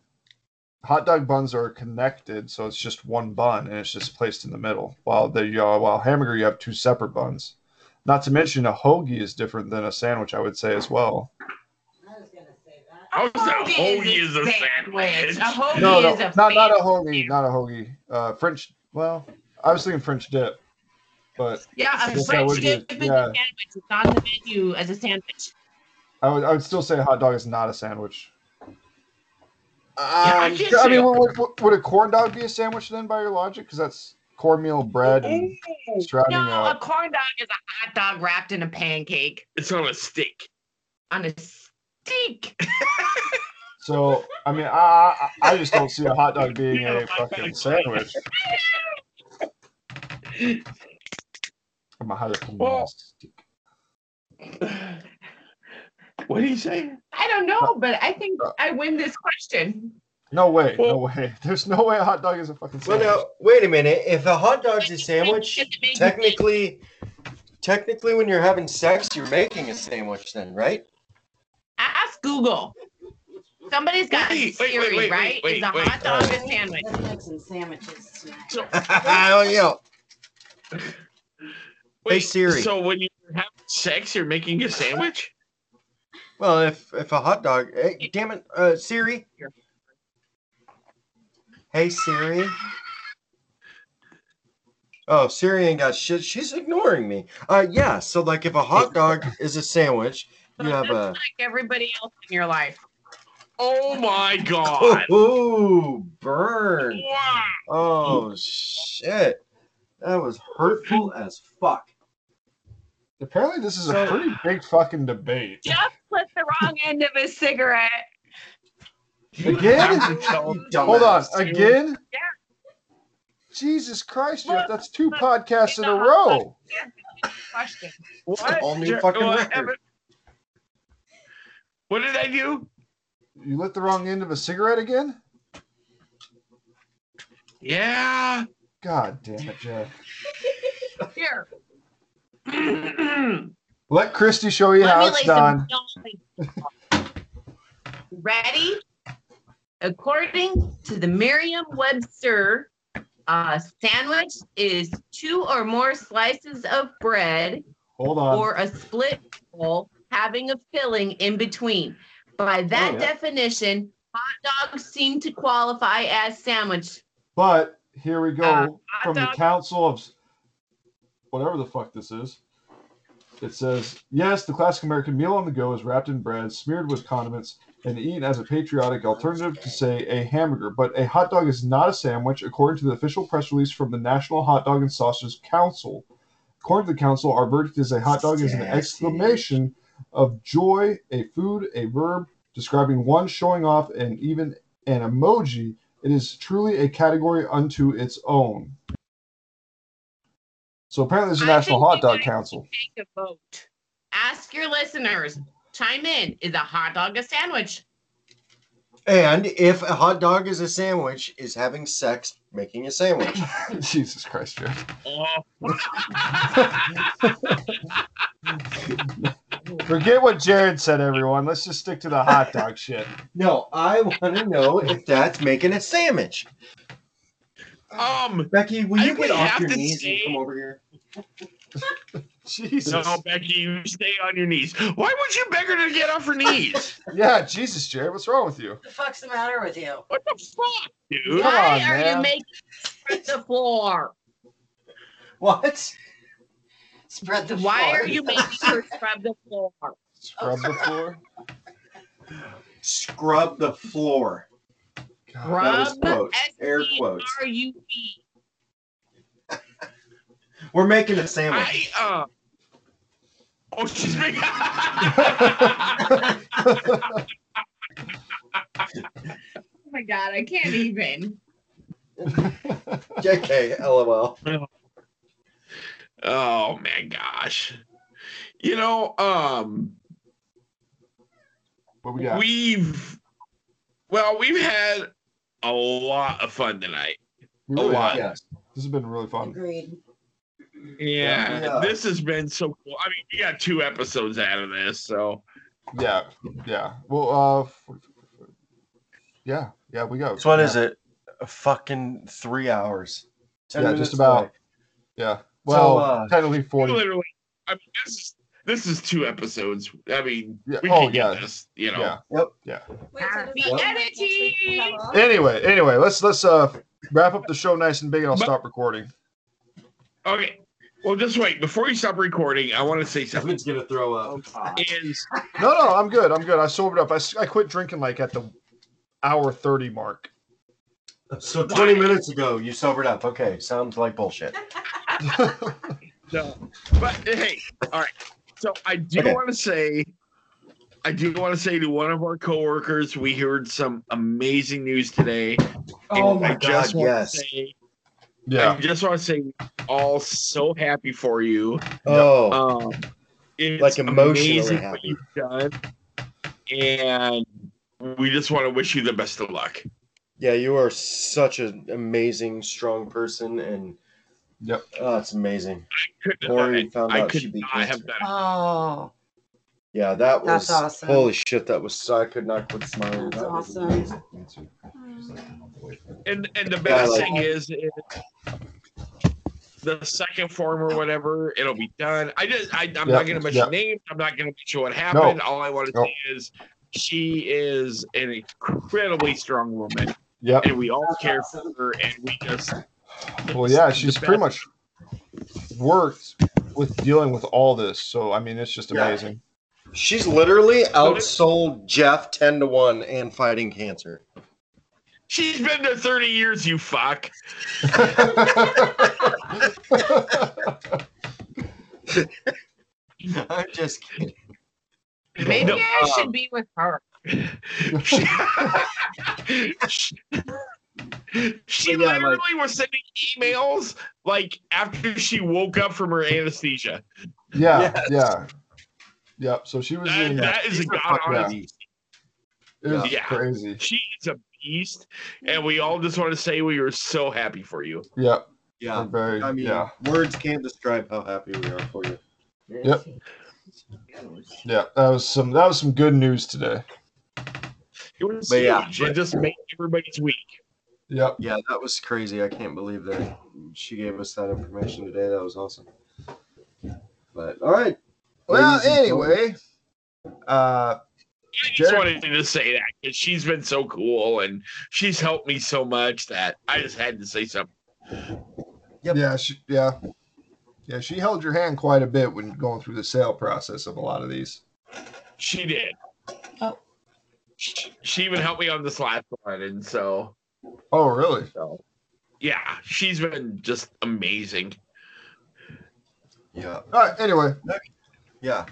[SPEAKER 2] Hot dog buns are connected, so it's just one bun, and it's just placed in the middle. While the uh, while hamburger, you have two separate buns. Not to mention, a hoagie is different than a sandwich. I would say as well.
[SPEAKER 5] I was gonna say that.
[SPEAKER 3] How is that
[SPEAKER 6] hoagie
[SPEAKER 3] hoagie is a sandwich?
[SPEAKER 6] A hoagie
[SPEAKER 2] No, no,
[SPEAKER 6] is a
[SPEAKER 2] not not
[SPEAKER 6] fan-
[SPEAKER 2] a hoagie, not a hoagie. Uh, French. Well, I was thinking French dip, but
[SPEAKER 6] Yeah, a
[SPEAKER 2] Yes, I
[SPEAKER 6] French
[SPEAKER 2] would
[SPEAKER 6] dip
[SPEAKER 2] do-
[SPEAKER 6] is a
[SPEAKER 2] yeah.
[SPEAKER 6] sandwich. It's on the menu as a sandwich.
[SPEAKER 2] I would I would still say a hot dog is not a sandwich.
[SPEAKER 3] I
[SPEAKER 4] Um,
[SPEAKER 3] can't
[SPEAKER 2] I
[SPEAKER 3] say
[SPEAKER 2] mean, would, would, would a corn dog be a sandwich then, by your logic? Because that's cornmeal bread and surrounding
[SPEAKER 6] No,
[SPEAKER 2] uh,
[SPEAKER 6] a corn dog is a hot dog wrapped in a pancake
[SPEAKER 3] it's on a stick.
[SPEAKER 6] on a steak.
[SPEAKER 2] So I mean, I, I I just don't see a hot dog being a fucking sandwich. I'm a hot dog.
[SPEAKER 3] Well- What do you say?
[SPEAKER 6] I don't
[SPEAKER 3] Uh,
[SPEAKER 6] know, but I think I win this question.
[SPEAKER 2] No way, no
[SPEAKER 3] Well-
[SPEAKER 2] way. There's no way a hot dog is a fucking
[SPEAKER 4] well,
[SPEAKER 2] sandwich.
[SPEAKER 4] now, wait a minute. If a hot dog's a
[SPEAKER 6] Does it
[SPEAKER 4] sandwich,
[SPEAKER 6] make you
[SPEAKER 4] technically, technically, when you're having sex, you're making a sandwich, then, right?
[SPEAKER 6] Ask Google. Somebody's got
[SPEAKER 3] Wait, wait,
[SPEAKER 6] Siri,
[SPEAKER 3] wait, wait,
[SPEAKER 6] right?
[SPEAKER 3] wait,
[SPEAKER 6] is a
[SPEAKER 3] wait.
[SPEAKER 6] hot dog
[SPEAKER 4] Alright.
[SPEAKER 6] a sandwich?
[SPEAKER 5] Let's make some sandwiches tonight.
[SPEAKER 4] oh, yeah. Hey, Siri.
[SPEAKER 3] So when you have sex, you're making a sandwich?
[SPEAKER 4] Well, if if a hot dog, hey, damn it, uh, Siri. Hey Siri. Oh, Siri ain't got shit. She's ignoring me. Uh, yeah. So like, if a hot dog is a sandwich, you have a
[SPEAKER 6] Like everybody else in your life.
[SPEAKER 3] Oh my
[SPEAKER 4] oh,
[SPEAKER 3] god!
[SPEAKER 4] ooh, burn.
[SPEAKER 3] Wow.
[SPEAKER 4] Oh shit, that was hurtful as fuck.
[SPEAKER 2] Apparently, this is a
[SPEAKER 4] So-
[SPEAKER 2] pretty big fucking debate.
[SPEAKER 6] Jeff put the wrong end of his cigarette.
[SPEAKER 2] Again?
[SPEAKER 4] You
[SPEAKER 2] Hold on,
[SPEAKER 4] dumbass.
[SPEAKER 2] again?
[SPEAKER 6] Yeah.
[SPEAKER 2] Jesus Christ,
[SPEAKER 6] Look,
[SPEAKER 2] Jeff, that's two podcasts in a
[SPEAKER 6] it's a hot dog.
[SPEAKER 2] row.
[SPEAKER 6] Question.
[SPEAKER 3] What?
[SPEAKER 4] All new
[SPEAKER 3] Jer-
[SPEAKER 4] fucking
[SPEAKER 3] what
[SPEAKER 4] record.
[SPEAKER 3] happened? What did I do?
[SPEAKER 2] You lit the wrong end of a cigarette again?
[SPEAKER 3] Yeah.
[SPEAKER 2] God damn it, Jeff.
[SPEAKER 6] Here.
[SPEAKER 2] Let Christy show you how it's done.
[SPEAKER 6] Ready? According to the Merriam Webster, a sandwich is two or more slices of bread
[SPEAKER 2] Hold on.
[SPEAKER 6] or a split roll having a filling in between. By that
[SPEAKER 2] Oh, yeah.
[SPEAKER 6] definition, hot dogs seem to qualify as sandwich.
[SPEAKER 2] But here we go
[SPEAKER 6] Uh, hot
[SPEAKER 2] from the
[SPEAKER 6] dog-
[SPEAKER 2] Council of s- whatever the fuck this is. It says, yes, the classic American meal on the go is wrapped in bread, smeared with condiments, and eaten as a patriotic alternative to, say, a hamburger. But a hot dog is not a sandwich, according to the official press release from the National Hot Dog and Sausage Council. According to the council, our verdict is a hot dog is an exclamation of joy, a food, a verb describing one showing off, and even an emoji It is truly a category unto its own. So apparently, there's a
[SPEAKER 6] I
[SPEAKER 2] National
[SPEAKER 6] think
[SPEAKER 2] Hot
[SPEAKER 6] you
[SPEAKER 2] Dog
[SPEAKER 6] guys-
[SPEAKER 2] Council.
[SPEAKER 6] Take a vote. Ask your listeners. Chime in. Is a hot dog a sandwich?
[SPEAKER 4] And if a hot dog is a sandwich, is having sex making a sandwich?
[SPEAKER 2] Jesus Christ, Jared. Forget what Jared said, everyone. Let's just stick to the hot dog shit.
[SPEAKER 4] No, I want to know if that's making a sandwich.
[SPEAKER 3] um,
[SPEAKER 4] Becky, will
[SPEAKER 3] I
[SPEAKER 4] you
[SPEAKER 3] would
[SPEAKER 4] get off
[SPEAKER 3] have
[SPEAKER 4] your
[SPEAKER 3] to
[SPEAKER 4] knees
[SPEAKER 3] say-
[SPEAKER 4] and come over here?
[SPEAKER 2] Jesus.
[SPEAKER 3] no, Becky, you stay on your knees. Why would you beg her to get off her knees?
[SPEAKER 2] Yeah, Jesus, Jared. What's wrong with you?
[SPEAKER 5] the fuck's the matter with you?
[SPEAKER 3] What the fuck, dude?
[SPEAKER 2] Come on,
[SPEAKER 6] Why are
[SPEAKER 2] man.
[SPEAKER 6] you making spread the floor?
[SPEAKER 4] What?
[SPEAKER 5] Spread the
[SPEAKER 6] Why
[SPEAKER 5] floor.
[SPEAKER 6] are you making her scrub the floor?
[SPEAKER 2] Scrub the floor.
[SPEAKER 4] Scrub the floor.
[SPEAKER 2] God.
[SPEAKER 4] That was
[SPEAKER 6] Rub
[SPEAKER 4] quotes, air
[SPEAKER 6] E
[SPEAKER 4] quotes.
[SPEAKER 6] S-C-R-U-B.
[SPEAKER 4] We're making a sandwich.
[SPEAKER 3] I uh. Oh, she's making. oh
[SPEAKER 6] Oh my god, I can't even.
[SPEAKER 4] JK, lol.
[SPEAKER 3] my Oh, gosh, you know um.
[SPEAKER 2] What we got?
[SPEAKER 3] We've well, we've had a lot of fun tonight.
[SPEAKER 2] We
[SPEAKER 3] a
[SPEAKER 2] really
[SPEAKER 3] lot.
[SPEAKER 2] have.
[SPEAKER 4] Yes.
[SPEAKER 2] This has been really fun.
[SPEAKER 5] Agreed.
[SPEAKER 3] Yeah,
[SPEAKER 4] Yeah.
[SPEAKER 3] this has been so cool. I mean, we got two episodes out of this, so
[SPEAKER 2] Yeah, yeah. Well, uh, f- f- f- yeah, yeah. We go.
[SPEAKER 4] So what
[SPEAKER 2] yeah.
[SPEAKER 4] is it? A fucking three hours. Ten
[SPEAKER 2] Yeah,
[SPEAKER 4] minutes
[SPEAKER 2] just about.
[SPEAKER 4] away.
[SPEAKER 2] Yeah. Well,
[SPEAKER 4] uh,
[SPEAKER 2] technically forty.
[SPEAKER 3] literally, I mean, this is this is two episodes. I mean,
[SPEAKER 2] Yeah,
[SPEAKER 3] we
[SPEAKER 2] oh,
[SPEAKER 3] can get
[SPEAKER 2] yeah.
[SPEAKER 3] this, you know.
[SPEAKER 2] Yeah.
[SPEAKER 9] Wait, so does
[SPEAKER 6] Happy
[SPEAKER 9] that mean, like, next week we have
[SPEAKER 6] editing!
[SPEAKER 9] off?
[SPEAKER 2] Anyway, anyway, let's let's uh wrap up the show nice and big, and I'll
[SPEAKER 3] But-
[SPEAKER 2] stop recording.
[SPEAKER 3] Okay. Well, just wait. Before you stop recording, I want to say something.
[SPEAKER 4] Someone's gonna throw up.
[SPEAKER 12] Oh, God.
[SPEAKER 3] Is
[SPEAKER 2] No, no, I'm good. I'm good. I sobered up. I, s- I quit drinking like at the hour thirty mark.
[SPEAKER 4] So 20 minutes ago, you sobered up. Okay, sounds like bullshit.
[SPEAKER 3] No. But hey, all right. So I do
[SPEAKER 4] Okay.
[SPEAKER 3] want to say, I do want to say to one of our coworkers, we heard some amazing news today.
[SPEAKER 4] Oh
[SPEAKER 3] and
[SPEAKER 4] my
[SPEAKER 3] I just
[SPEAKER 4] god,
[SPEAKER 3] wanna
[SPEAKER 4] yes.
[SPEAKER 3] say-
[SPEAKER 2] Yeah.
[SPEAKER 3] I just want to say, all so happy for you.
[SPEAKER 4] Oh,
[SPEAKER 3] Um, it's
[SPEAKER 4] Like emotionally
[SPEAKER 3] amazing
[SPEAKER 4] happy.
[SPEAKER 3] what you've done, and we just want to wish you the best of luck.
[SPEAKER 4] yeah, you are such an amazing, strong person, and
[SPEAKER 2] Yep.
[SPEAKER 4] oh, it's amazing.
[SPEAKER 3] Couldn't have done
[SPEAKER 4] Lori
[SPEAKER 3] it.
[SPEAKER 4] found
[SPEAKER 3] I
[SPEAKER 4] out Oh, she
[SPEAKER 3] could
[SPEAKER 4] beat
[SPEAKER 3] not have
[SPEAKER 4] cancer.
[SPEAKER 3] done it.
[SPEAKER 5] Oh,
[SPEAKER 4] Yeah, that was
[SPEAKER 5] That's awesome.
[SPEAKER 4] holy shit. That was so I could not quit smiling.
[SPEAKER 5] That's
[SPEAKER 4] That was
[SPEAKER 5] awesome.
[SPEAKER 4] amazing.
[SPEAKER 3] And and the best
[SPEAKER 4] like-
[SPEAKER 3] thing is, is the second form or whatever, it'll be done. I just I, I'm
[SPEAKER 2] Yeah,
[SPEAKER 3] not gonna mention
[SPEAKER 2] yeah.
[SPEAKER 3] names. I'm not gonna mention what happened. All I want to
[SPEAKER 2] No.
[SPEAKER 3] say is she is an incredibly strong woman,
[SPEAKER 2] Yep.
[SPEAKER 3] and we all care for her, and we just
[SPEAKER 2] Well, yeah.
[SPEAKER 3] the
[SPEAKER 2] She's
[SPEAKER 3] best-
[SPEAKER 2] pretty much worked with dealing with all this. So I mean, it's just
[SPEAKER 4] Yeah.
[SPEAKER 2] amazing.
[SPEAKER 4] She's literally outsold Jeff 10 to 1 and fighting cancer.
[SPEAKER 3] she's been there 30 years. You fuck.
[SPEAKER 4] I'm just kidding.
[SPEAKER 6] Maybe
[SPEAKER 3] No,
[SPEAKER 6] I
[SPEAKER 3] um,
[SPEAKER 6] should be with her.
[SPEAKER 3] she she
[SPEAKER 4] But yeah, like-
[SPEAKER 3] literally was sending emails like after she woke up from her anesthesia.
[SPEAKER 2] Yeah.
[SPEAKER 4] Yes.
[SPEAKER 2] Yeah. Yep. So she was
[SPEAKER 3] That-
[SPEAKER 2] in.
[SPEAKER 3] that is a
[SPEAKER 4] She's a
[SPEAKER 3] god
[SPEAKER 2] fucking
[SPEAKER 3] honest.
[SPEAKER 2] It was
[SPEAKER 3] Yeah.
[SPEAKER 2] crazy.
[SPEAKER 3] She is a beast, and we all just want to say we were so happy for you.
[SPEAKER 2] Yep.
[SPEAKER 4] Yeah.
[SPEAKER 2] I'm very.
[SPEAKER 4] I mean,
[SPEAKER 2] yeah.
[SPEAKER 4] words can't describe how happy we are for you.
[SPEAKER 2] Yep. Yeah. That was some. That was some good news today.
[SPEAKER 3] It was
[SPEAKER 4] But yeah,
[SPEAKER 3] huge. It
[SPEAKER 4] but-
[SPEAKER 3] just made everybody's week.
[SPEAKER 2] Yep.
[SPEAKER 4] Yeah, that was crazy. I can't believe that she gave us that information today. That was awesome. But all right.
[SPEAKER 2] Well,
[SPEAKER 4] Ladies and
[SPEAKER 2] anyway. Uh.
[SPEAKER 3] I just
[SPEAKER 2] Jared-
[SPEAKER 3] wanted to just say that because she's been so cool and she's helped me so much that I just had to say something.
[SPEAKER 4] Yep.
[SPEAKER 2] Yeah, she, yeah, yeah. She held your hand quite a bit when going through the sale process of a lot of these.
[SPEAKER 3] She did. She, she even helped me on this last one, and so
[SPEAKER 2] Oh, really?
[SPEAKER 3] so yeah, she's been just amazing.
[SPEAKER 4] Yeah.
[SPEAKER 2] All right. Anyway,
[SPEAKER 4] Yeah.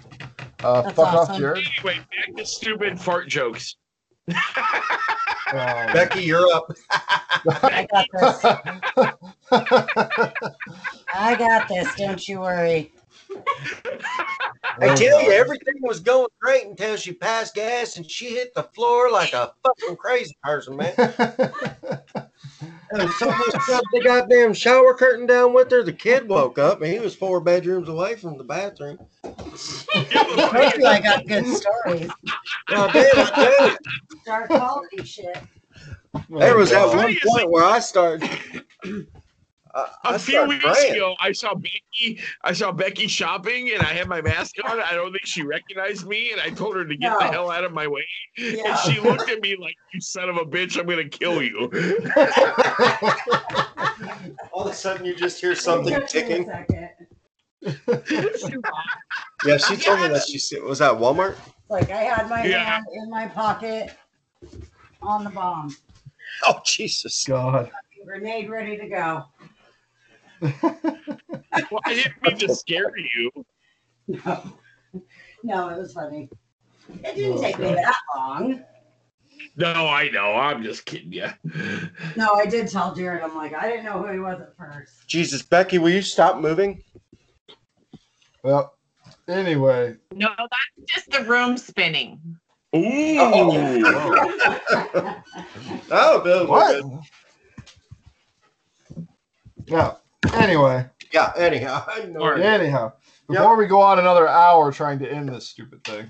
[SPEAKER 2] uh,
[SPEAKER 5] That's
[SPEAKER 2] fuck off,
[SPEAKER 5] awesome.
[SPEAKER 2] Jared.
[SPEAKER 3] Anyway, back to stupid fart jokes.
[SPEAKER 2] Um,
[SPEAKER 4] Becky, you're up.
[SPEAKER 5] I got this. I got this. Don't you worry.
[SPEAKER 4] I tell you, everything was going great until she passed gas and she hit the floor like a fucking crazy person, man. And someone shut the goddamn shower curtain down with her. The kid woke up and he was four bedrooms away from the bathroom.
[SPEAKER 5] Told you I got good stories.
[SPEAKER 4] God damn it, dude.
[SPEAKER 5] Dark quality shit.
[SPEAKER 4] There was that
[SPEAKER 2] Oh,
[SPEAKER 4] one point where I started. I,
[SPEAKER 3] A
[SPEAKER 4] I
[SPEAKER 3] few
[SPEAKER 4] started
[SPEAKER 3] weeks
[SPEAKER 4] praying.
[SPEAKER 3] ago, I saw Becky. I saw Becky shopping, and I had my mask on. I don't think she recognized me, and I told her to get the
[SPEAKER 5] No.
[SPEAKER 3] hell out of my way.
[SPEAKER 5] Yeah.
[SPEAKER 3] And she looked at me like, "You son of a bitch! I'm gonna kill you."
[SPEAKER 4] All of a sudden, you just hear something ticking.
[SPEAKER 3] She
[SPEAKER 4] Yeah, she told me that she said- was at Walmart.
[SPEAKER 5] Like I had my
[SPEAKER 3] Yeah.
[SPEAKER 5] hand in my pocket on the bomb.
[SPEAKER 4] Oh Jesus!
[SPEAKER 2] God.
[SPEAKER 5] Grenade ready to go.
[SPEAKER 3] Well, I didn't mean to scare you.
[SPEAKER 5] No. No, it was funny. It
[SPEAKER 3] Oh,
[SPEAKER 5] didn't take me that long.
[SPEAKER 3] No, I know. I'm just kidding you.
[SPEAKER 5] No, I did tell Jared, I'm like, I didn't know who he was at first.
[SPEAKER 4] Jesus, Becky, will you stop moving?
[SPEAKER 2] Well, anyway,
[SPEAKER 6] No, that's just the room spinning.
[SPEAKER 3] Ooh.
[SPEAKER 4] Oh, Bill. we're
[SPEAKER 2] what?
[SPEAKER 4] good.
[SPEAKER 2] Yeah. Anyway,
[SPEAKER 4] Yeah. Anyhow, I know.
[SPEAKER 3] All right.
[SPEAKER 2] anyhow, before we go on another hour trying to end this stupid thing,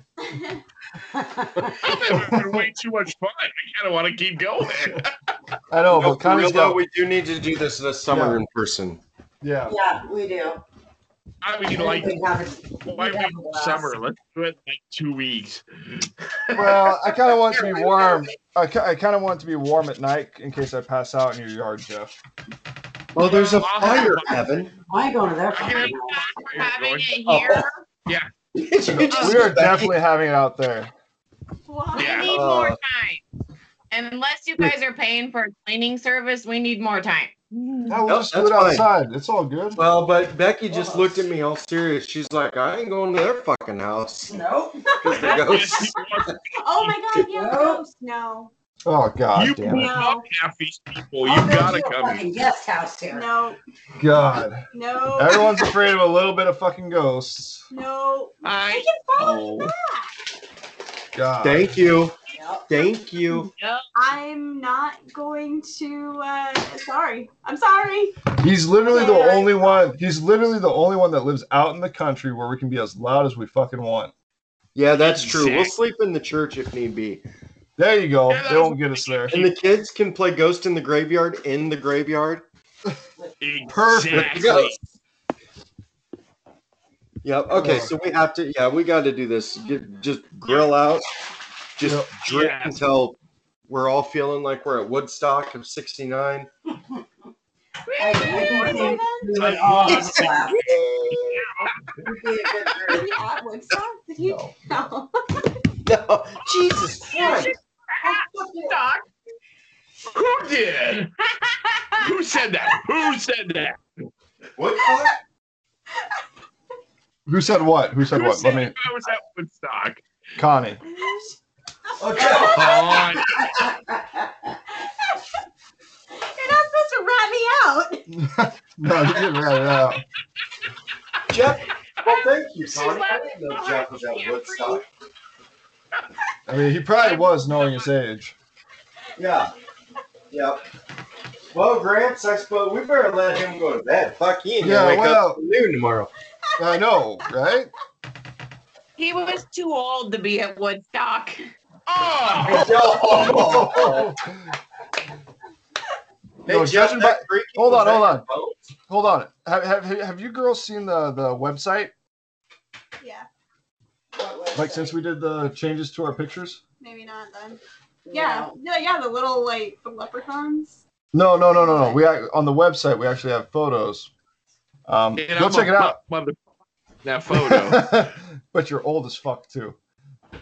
[SPEAKER 3] I've been having way too much fun. I kind of want to keep going.
[SPEAKER 2] I know, but
[SPEAKER 4] No, for real
[SPEAKER 2] Connie's
[SPEAKER 4] though,
[SPEAKER 2] got,
[SPEAKER 4] we do need to do this this summer
[SPEAKER 2] Yeah.
[SPEAKER 4] in person.
[SPEAKER 2] yeah,
[SPEAKER 5] Yeah, we do.
[SPEAKER 3] I mean,
[SPEAKER 5] And
[SPEAKER 3] like,
[SPEAKER 5] we'd have a-
[SPEAKER 3] why
[SPEAKER 5] we'd have a
[SPEAKER 3] wait
[SPEAKER 5] blast.
[SPEAKER 3] summer? Let's do it in, like two weeks.
[SPEAKER 2] Well, I kind of want it to be warm. I, ki- I kind of want it to be warm at night in case I pass out in your yard, Jeff. Oh,
[SPEAKER 4] Well, there's a
[SPEAKER 3] I'll have
[SPEAKER 4] fire,
[SPEAKER 3] one.
[SPEAKER 4] Evan.
[SPEAKER 5] I ain't going to their
[SPEAKER 3] I
[SPEAKER 5] fucking
[SPEAKER 3] can-
[SPEAKER 5] house.
[SPEAKER 6] We're having it
[SPEAKER 4] Oh.
[SPEAKER 6] here.
[SPEAKER 4] You just-
[SPEAKER 2] We are definitely having it out there.
[SPEAKER 9] Why?
[SPEAKER 3] Yeah.
[SPEAKER 6] We need more
[SPEAKER 4] Uh.
[SPEAKER 6] time. And unless you guys are paying for a cleaning service, we need more time.
[SPEAKER 2] No, we'll
[SPEAKER 4] Nope,
[SPEAKER 2] just do
[SPEAKER 4] that's
[SPEAKER 2] it
[SPEAKER 4] fine.
[SPEAKER 2] outside. It's all good.
[SPEAKER 4] Well, but Becky just looked at me all serious. She's like, I ain't going to their fucking house.
[SPEAKER 5] Nope.
[SPEAKER 4] 'Cause the ghosts-
[SPEAKER 9] Oh my god, yeah, gross. No.
[SPEAKER 2] Oh God,
[SPEAKER 3] you
[SPEAKER 2] damn it!
[SPEAKER 3] love half these people.
[SPEAKER 5] I'll
[SPEAKER 3] You've
[SPEAKER 5] build
[SPEAKER 3] got to
[SPEAKER 5] you a
[SPEAKER 3] come.
[SPEAKER 5] fucking guest house here.
[SPEAKER 9] No.
[SPEAKER 2] God,
[SPEAKER 9] No.
[SPEAKER 2] everyone's afraid of a little bit of fucking ghosts.
[SPEAKER 9] No. They
[SPEAKER 3] I
[SPEAKER 9] can follow me
[SPEAKER 3] know.
[SPEAKER 9] back.
[SPEAKER 2] God,
[SPEAKER 4] Thank you.
[SPEAKER 5] Yep.
[SPEAKER 4] Thank you.
[SPEAKER 6] No,
[SPEAKER 9] I'm not going to uh sorry. I'm sorry.
[SPEAKER 2] he's literally the
[SPEAKER 9] Yeah.
[SPEAKER 2] only one. He's literally the only one that lives out in the country where we can be as loud as we fucking want.
[SPEAKER 4] Yeah, that's true. We'll
[SPEAKER 3] Exactly.
[SPEAKER 4] sleep in the church if need be.
[SPEAKER 2] There you go.
[SPEAKER 3] Yeah, that's-
[SPEAKER 2] They won't get us there.
[SPEAKER 4] And the kids can play Ghost in the Graveyard in the graveyard.
[SPEAKER 2] Perfect.
[SPEAKER 3] Exactly.
[SPEAKER 4] Yep. Okay, so we have to, yeah, we got to do this. Get, just grill out, just
[SPEAKER 2] Yep.
[SPEAKER 4] drink
[SPEAKER 3] Yeah.
[SPEAKER 4] until we're all feeling like we're at Woodstock of 69.
[SPEAKER 5] I, I think
[SPEAKER 9] Really?
[SPEAKER 5] they- we would
[SPEAKER 2] uh,
[SPEAKER 5] all have a blast. We'd be a good
[SPEAKER 9] Are
[SPEAKER 5] group.
[SPEAKER 9] we at Woodstock? Did you
[SPEAKER 2] No.
[SPEAKER 9] no.
[SPEAKER 4] No, Jesus Christ.
[SPEAKER 6] Doc.
[SPEAKER 3] Who did? Who said that? Who said that?
[SPEAKER 4] What?
[SPEAKER 2] Who said what? Who said
[SPEAKER 3] Who
[SPEAKER 2] what?
[SPEAKER 3] said
[SPEAKER 2] Let me,
[SPEAKER 3] I was at Woodstock.
[SPEAKER 2] Connie.
[SPEAKER 4] Okay.
[SPEAKER 3] Oh,
[SPEAKER 9] You're not supposed to rat me out.
[SPEAKER 2] No, you can write it out.
[SPEAKER 4] Jeff, well, thank you,
[SPEAKER 6] She's
[SPEAKER 4] Connie. I
[SPEAKER 6] laughing
[SPEAKER 4] didn't know
[SPEAKER 6] so
[SPEAKER 4] Jeff
[SPEAKER 6] hard
[SPEAKER 4] was
[SPEAKER 6] she
[SPEAKER 4] at
[SPEAKER 6] can't
[SPEAKER 4] Woodstock.
[SPEAKER 2] I mean, he probably was knowing his age.
[SPEAKER 4] Yeah. Yep. Well, Gramps, I suppose we better let him go to bed. Fuck, he ain't
[SPEAKER 2] Yeah,
[SPEAKER 4] gonna wake
[SPEAKER 2] well-
[SPEAKER 4] up till noon tomorrow.
[SPEAKER 2] I know, right?
[SPEAKER 6] He was too old to be at Woodstock.
[SPEAKER 3] oh,
[SPEAKER 4] Hey,
[SPEAKER 2] No,
[SPEAKER 4] Jeff,
[SPEAKER 2] judging
[SPEAKER 4] that
[SPEAKER 2] by-
[SPEAKER 4] creaky-
[SPEAKER 2] hold
[SPEAKER 4] was
[SPEAKER 2] on,
[SPEAKER 4] that
[SPEAKER 2] hold
[SPEAKER 4] your
[SPEAKER 2] on.
[SPEAKER 4] phone?
[SPEAKER 2] Hold on. Have, have, have you girls seen the, the website?
[SPEAKER 9] Yeah,
[SPEAKER 2] Like, since we did the changes to our pictures?
[SPEAKER 9] maybe not then. Yeah. No, yeah, the little like the leprechauns.
[SPEAKER 2] No, no, no, no, no. We ac- on the website we actually have photos. Um,
[SPEAKER 3] and
[SPEAKER 2] go
[SPEAKER 3] I'm
[SPEAKER 2] check
[SPEAKER 3] a
[SPEAKER 2] it out.
[SPEAKER 3] Mother, that photo.
[SPEAKER 2] but you're old as fuck too.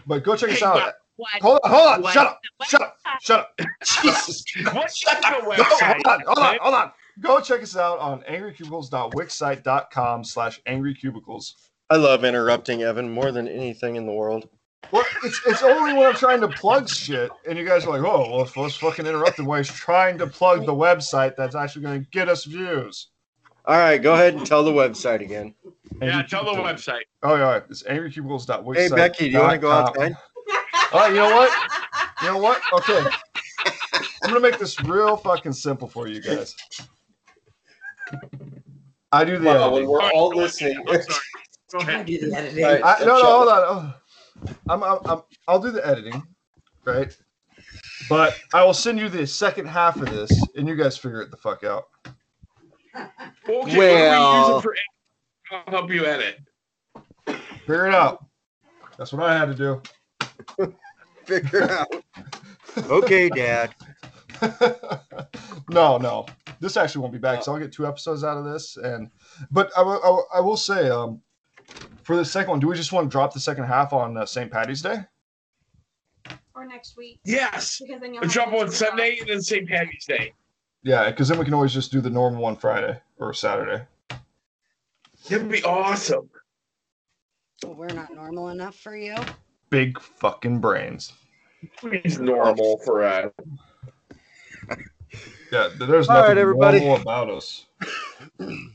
[SPEAKER 2] But go check us
[SPEAKER 3] Hey,
[SPEAKER 2] out.
[SPEAKER 3] but
[SPEAKER 6] What?
[SPEAKER 2] Hold on, hold on.
[SPEAKER 6] what-
[SPEAKER 2] Shut up. Shut up. Shut up.
[SPEAKER 4] Jesus.
[SPEAKER 3] What is
[SPEAKER 4] Shut
[SPEAKER 3] the
[SPEAKER 2] No,
[SPEAKER 3] website?
[SPEAKER 2] hold on, hold on, hold on. Go check us out on angrycubicles.wixsite.com slash angrycubicles.
[SPEAKER 4] I love interrupting Evan more than anything in the world.
[SPEAKER 2] Well, it's it's only when I'm trying to plug shit, and you guys are like, "Oh, well, let's, let's fucking interrupt him while he's trying to plug the website that's actually going to get us views."
[SPEAKER 4] All right, go ahead and tell the website again.
[SPEAKER 3] Yeah, tell the website.
[SPEAKER 2] Oh yeah, all right. it's angrycubicles.wixsite.
[SPEAKER 4] Hey, Becky, do you want to go outside?
[SPEAKER 2] All right, you know what? You know what? Okay, I'm gonna make this real fucking simple for you guys. I do the
[SPEAKER 4] Wow,
[SPEAKER 2] editing.
[SPEAKER 4] when we're all listening.
[SPEAKER 3] I'm sorry. Go
[SPEAKER 5] I
[SPEAKER 3] ahead.
[SPEAKER 5] do the editing.
[SPEAKER 4] All right,
[SPEAKER 2] I,
[SPEAKER 4] so
[SPEAKER 2] no, no,
[SPEAKER 4] shut
[SPEAKER 2] hold
[SPEAKER 4] up.
[SPEAKER 2] on. Oh, I'm, I'm, I'm, I'll do the editing, right? But I will send you the second half of this, and you guys figure it the fuck out.
[SPEAKER 3] Okay,
[SPEAKER 4] Well-
[SPEAKER 3] what do we use it for? I'll help you edit.
[SPEAKER 2] Figure it out. That's what I had to do.
[SPEAKER 4] Figure out. Okay, Dad.
[SPEAKER 2] no, no, this actually won't be back. So I'll get two episodes out of this, and but I will- I will- I will say, um, for the second one, do we just want to drop the second half on uh, St. Patty's Day?
[SPEAKER 9] or next week
[SPEAKER 3] Yes.
[SPEAKER 9] because then you'll
[SPEAKER 3] Let's
[SPEAKER 9] have
[SPEAKER 3] jump
[SPEAKER 9] next
[SPEAKER 3] on
[SPEAKER 9] week
[SPEAKER 3] Sunday
[SPEAKER 9] off.
[SPEAKER 3] and then St. Patty's Day.
[SPEAKER 2] Yeah, because then we can always just do the normal one Friday or Saturday.
[SPEAKER 3] That'd be awesome.
[SPEAKER 5] Well, we're not normal enough for you.
[SPEAKER 2] Big fucking brains.
[SPEAKER 3] Please normal for us.
[SPEAKER 2] Yeah, there's
[SPEAKER 4] All
[SPEAKER 2] nothing
[SPEAKER 4] right, everybody.
[SPEAKER 2] normal about us.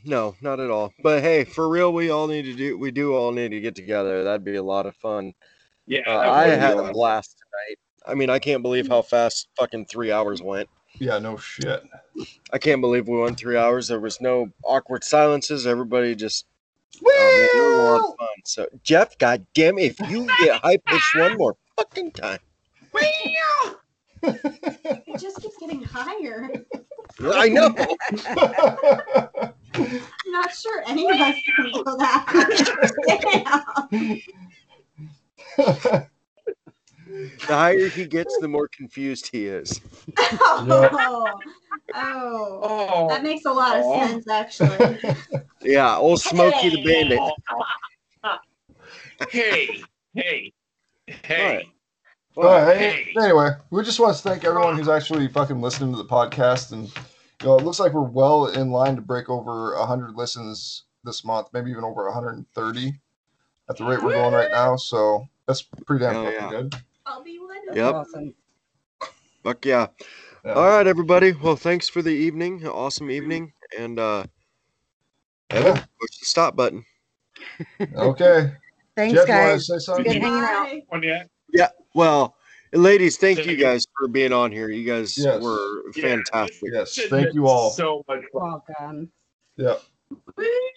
[SPEAKER 4] No, not at all. But hey, for real, we all need to do. We do all need to get together. That'd be a lot of fun.
[SPEAKER 3] Yeah.
[SPEAKER 4] Uh,
[SPEAKER 3] that
[SPEAKER 4] I
[SPEAKER 3] would be
[SPEAKER 4] had a
[SPEAKER 3] awesome.
[SPEAKER 4] blast tonight. I mean, I can't believe how fast fucking three hours went.
[SPEAKER 2] Yeah, no shit.
[SPEAKER 4] I can't believe we went three hours. There was no awkward silences. Everybody just oh, man, it was a lot of fun. So Jeff, goddamn, if you get high pitched one more fucking time,
[SPEAKER 9] It just keeps getting higher.
[SPEAKER 4] I know.
[SPEAKER 9] I'm not sure any of us can go that high.
[SPEAKER 4] The higher he gets, the more confused he is.
[SPEAKER 9] Damn. Oh, oh. That
[SPEAKER 3] Oh.
[SPEAKER 9] makes a lot of
[SPEAKER 3] Oh.
[SPEAKER 9] sense, actually.
[SPEAKER 4] Yeah, old Smokey the Bandit.
[SPEAKER 3] hey, hey, hey.
[SPEAKER 2] All right.
[SPEAKER 3] Hey.
[SPEAKER 2] Anyway, we just want to thank everyone who's actually fucking listening to the podcast, and you know, it looks like we're well in line to break over hundred listens this month, maybe even over 130 at the rate we're going right now. So that's pretty damn
[SPEAKER 4] Hell
[SPEAKER 2] fucking
[SPEAKER 4] yeah.
[SPEAKER 2] good.
[SPEAKER 9] I'll be one of
[SPEAKER 4] Yep.
[SPEAKER 5] Awesome.
[SPEAKER 4] Fuck yeah.
[SPEAKER 2] Yeah.
[SPEAKER 4] All right, everybody. Well, thanks for the evening. Awesome evening. And uh Evan,
[SPEAKER 2] Yeah.
[SPEAKER 4] push the stop button.
[SPEAKER 2] Okay.
[SPEAKER 5] Thanks,
[SPEAKER 2] Jeff, you want to
[SPEAKER 5] guys.
[SPEAKER 2] say
[SPEAKER 5] Good
[SPEAKER 2] something?
[SPEAKER 5] hanging out.
[SPEAKER 9] Bye.
[SPEAKER 3] One yet?
[SPEAKER 4] Well, ladies, thank you
[SPEAKER 3] Thank-
[SPEAKER 4] guys for being on here. You guys
[SPEAKER 2] Yes.
[SPEAKER 4] were
[SPEAKER 3] Yeah.
[SPEAKER 4] fantastic.
[SPEAKER 2] Yes. Thank you all.
[SPEAKER 3] So much.
[SPEAKER 5] Welcome.
[SPEAKER 2] Yeah.
[SPEAKER 3] fun.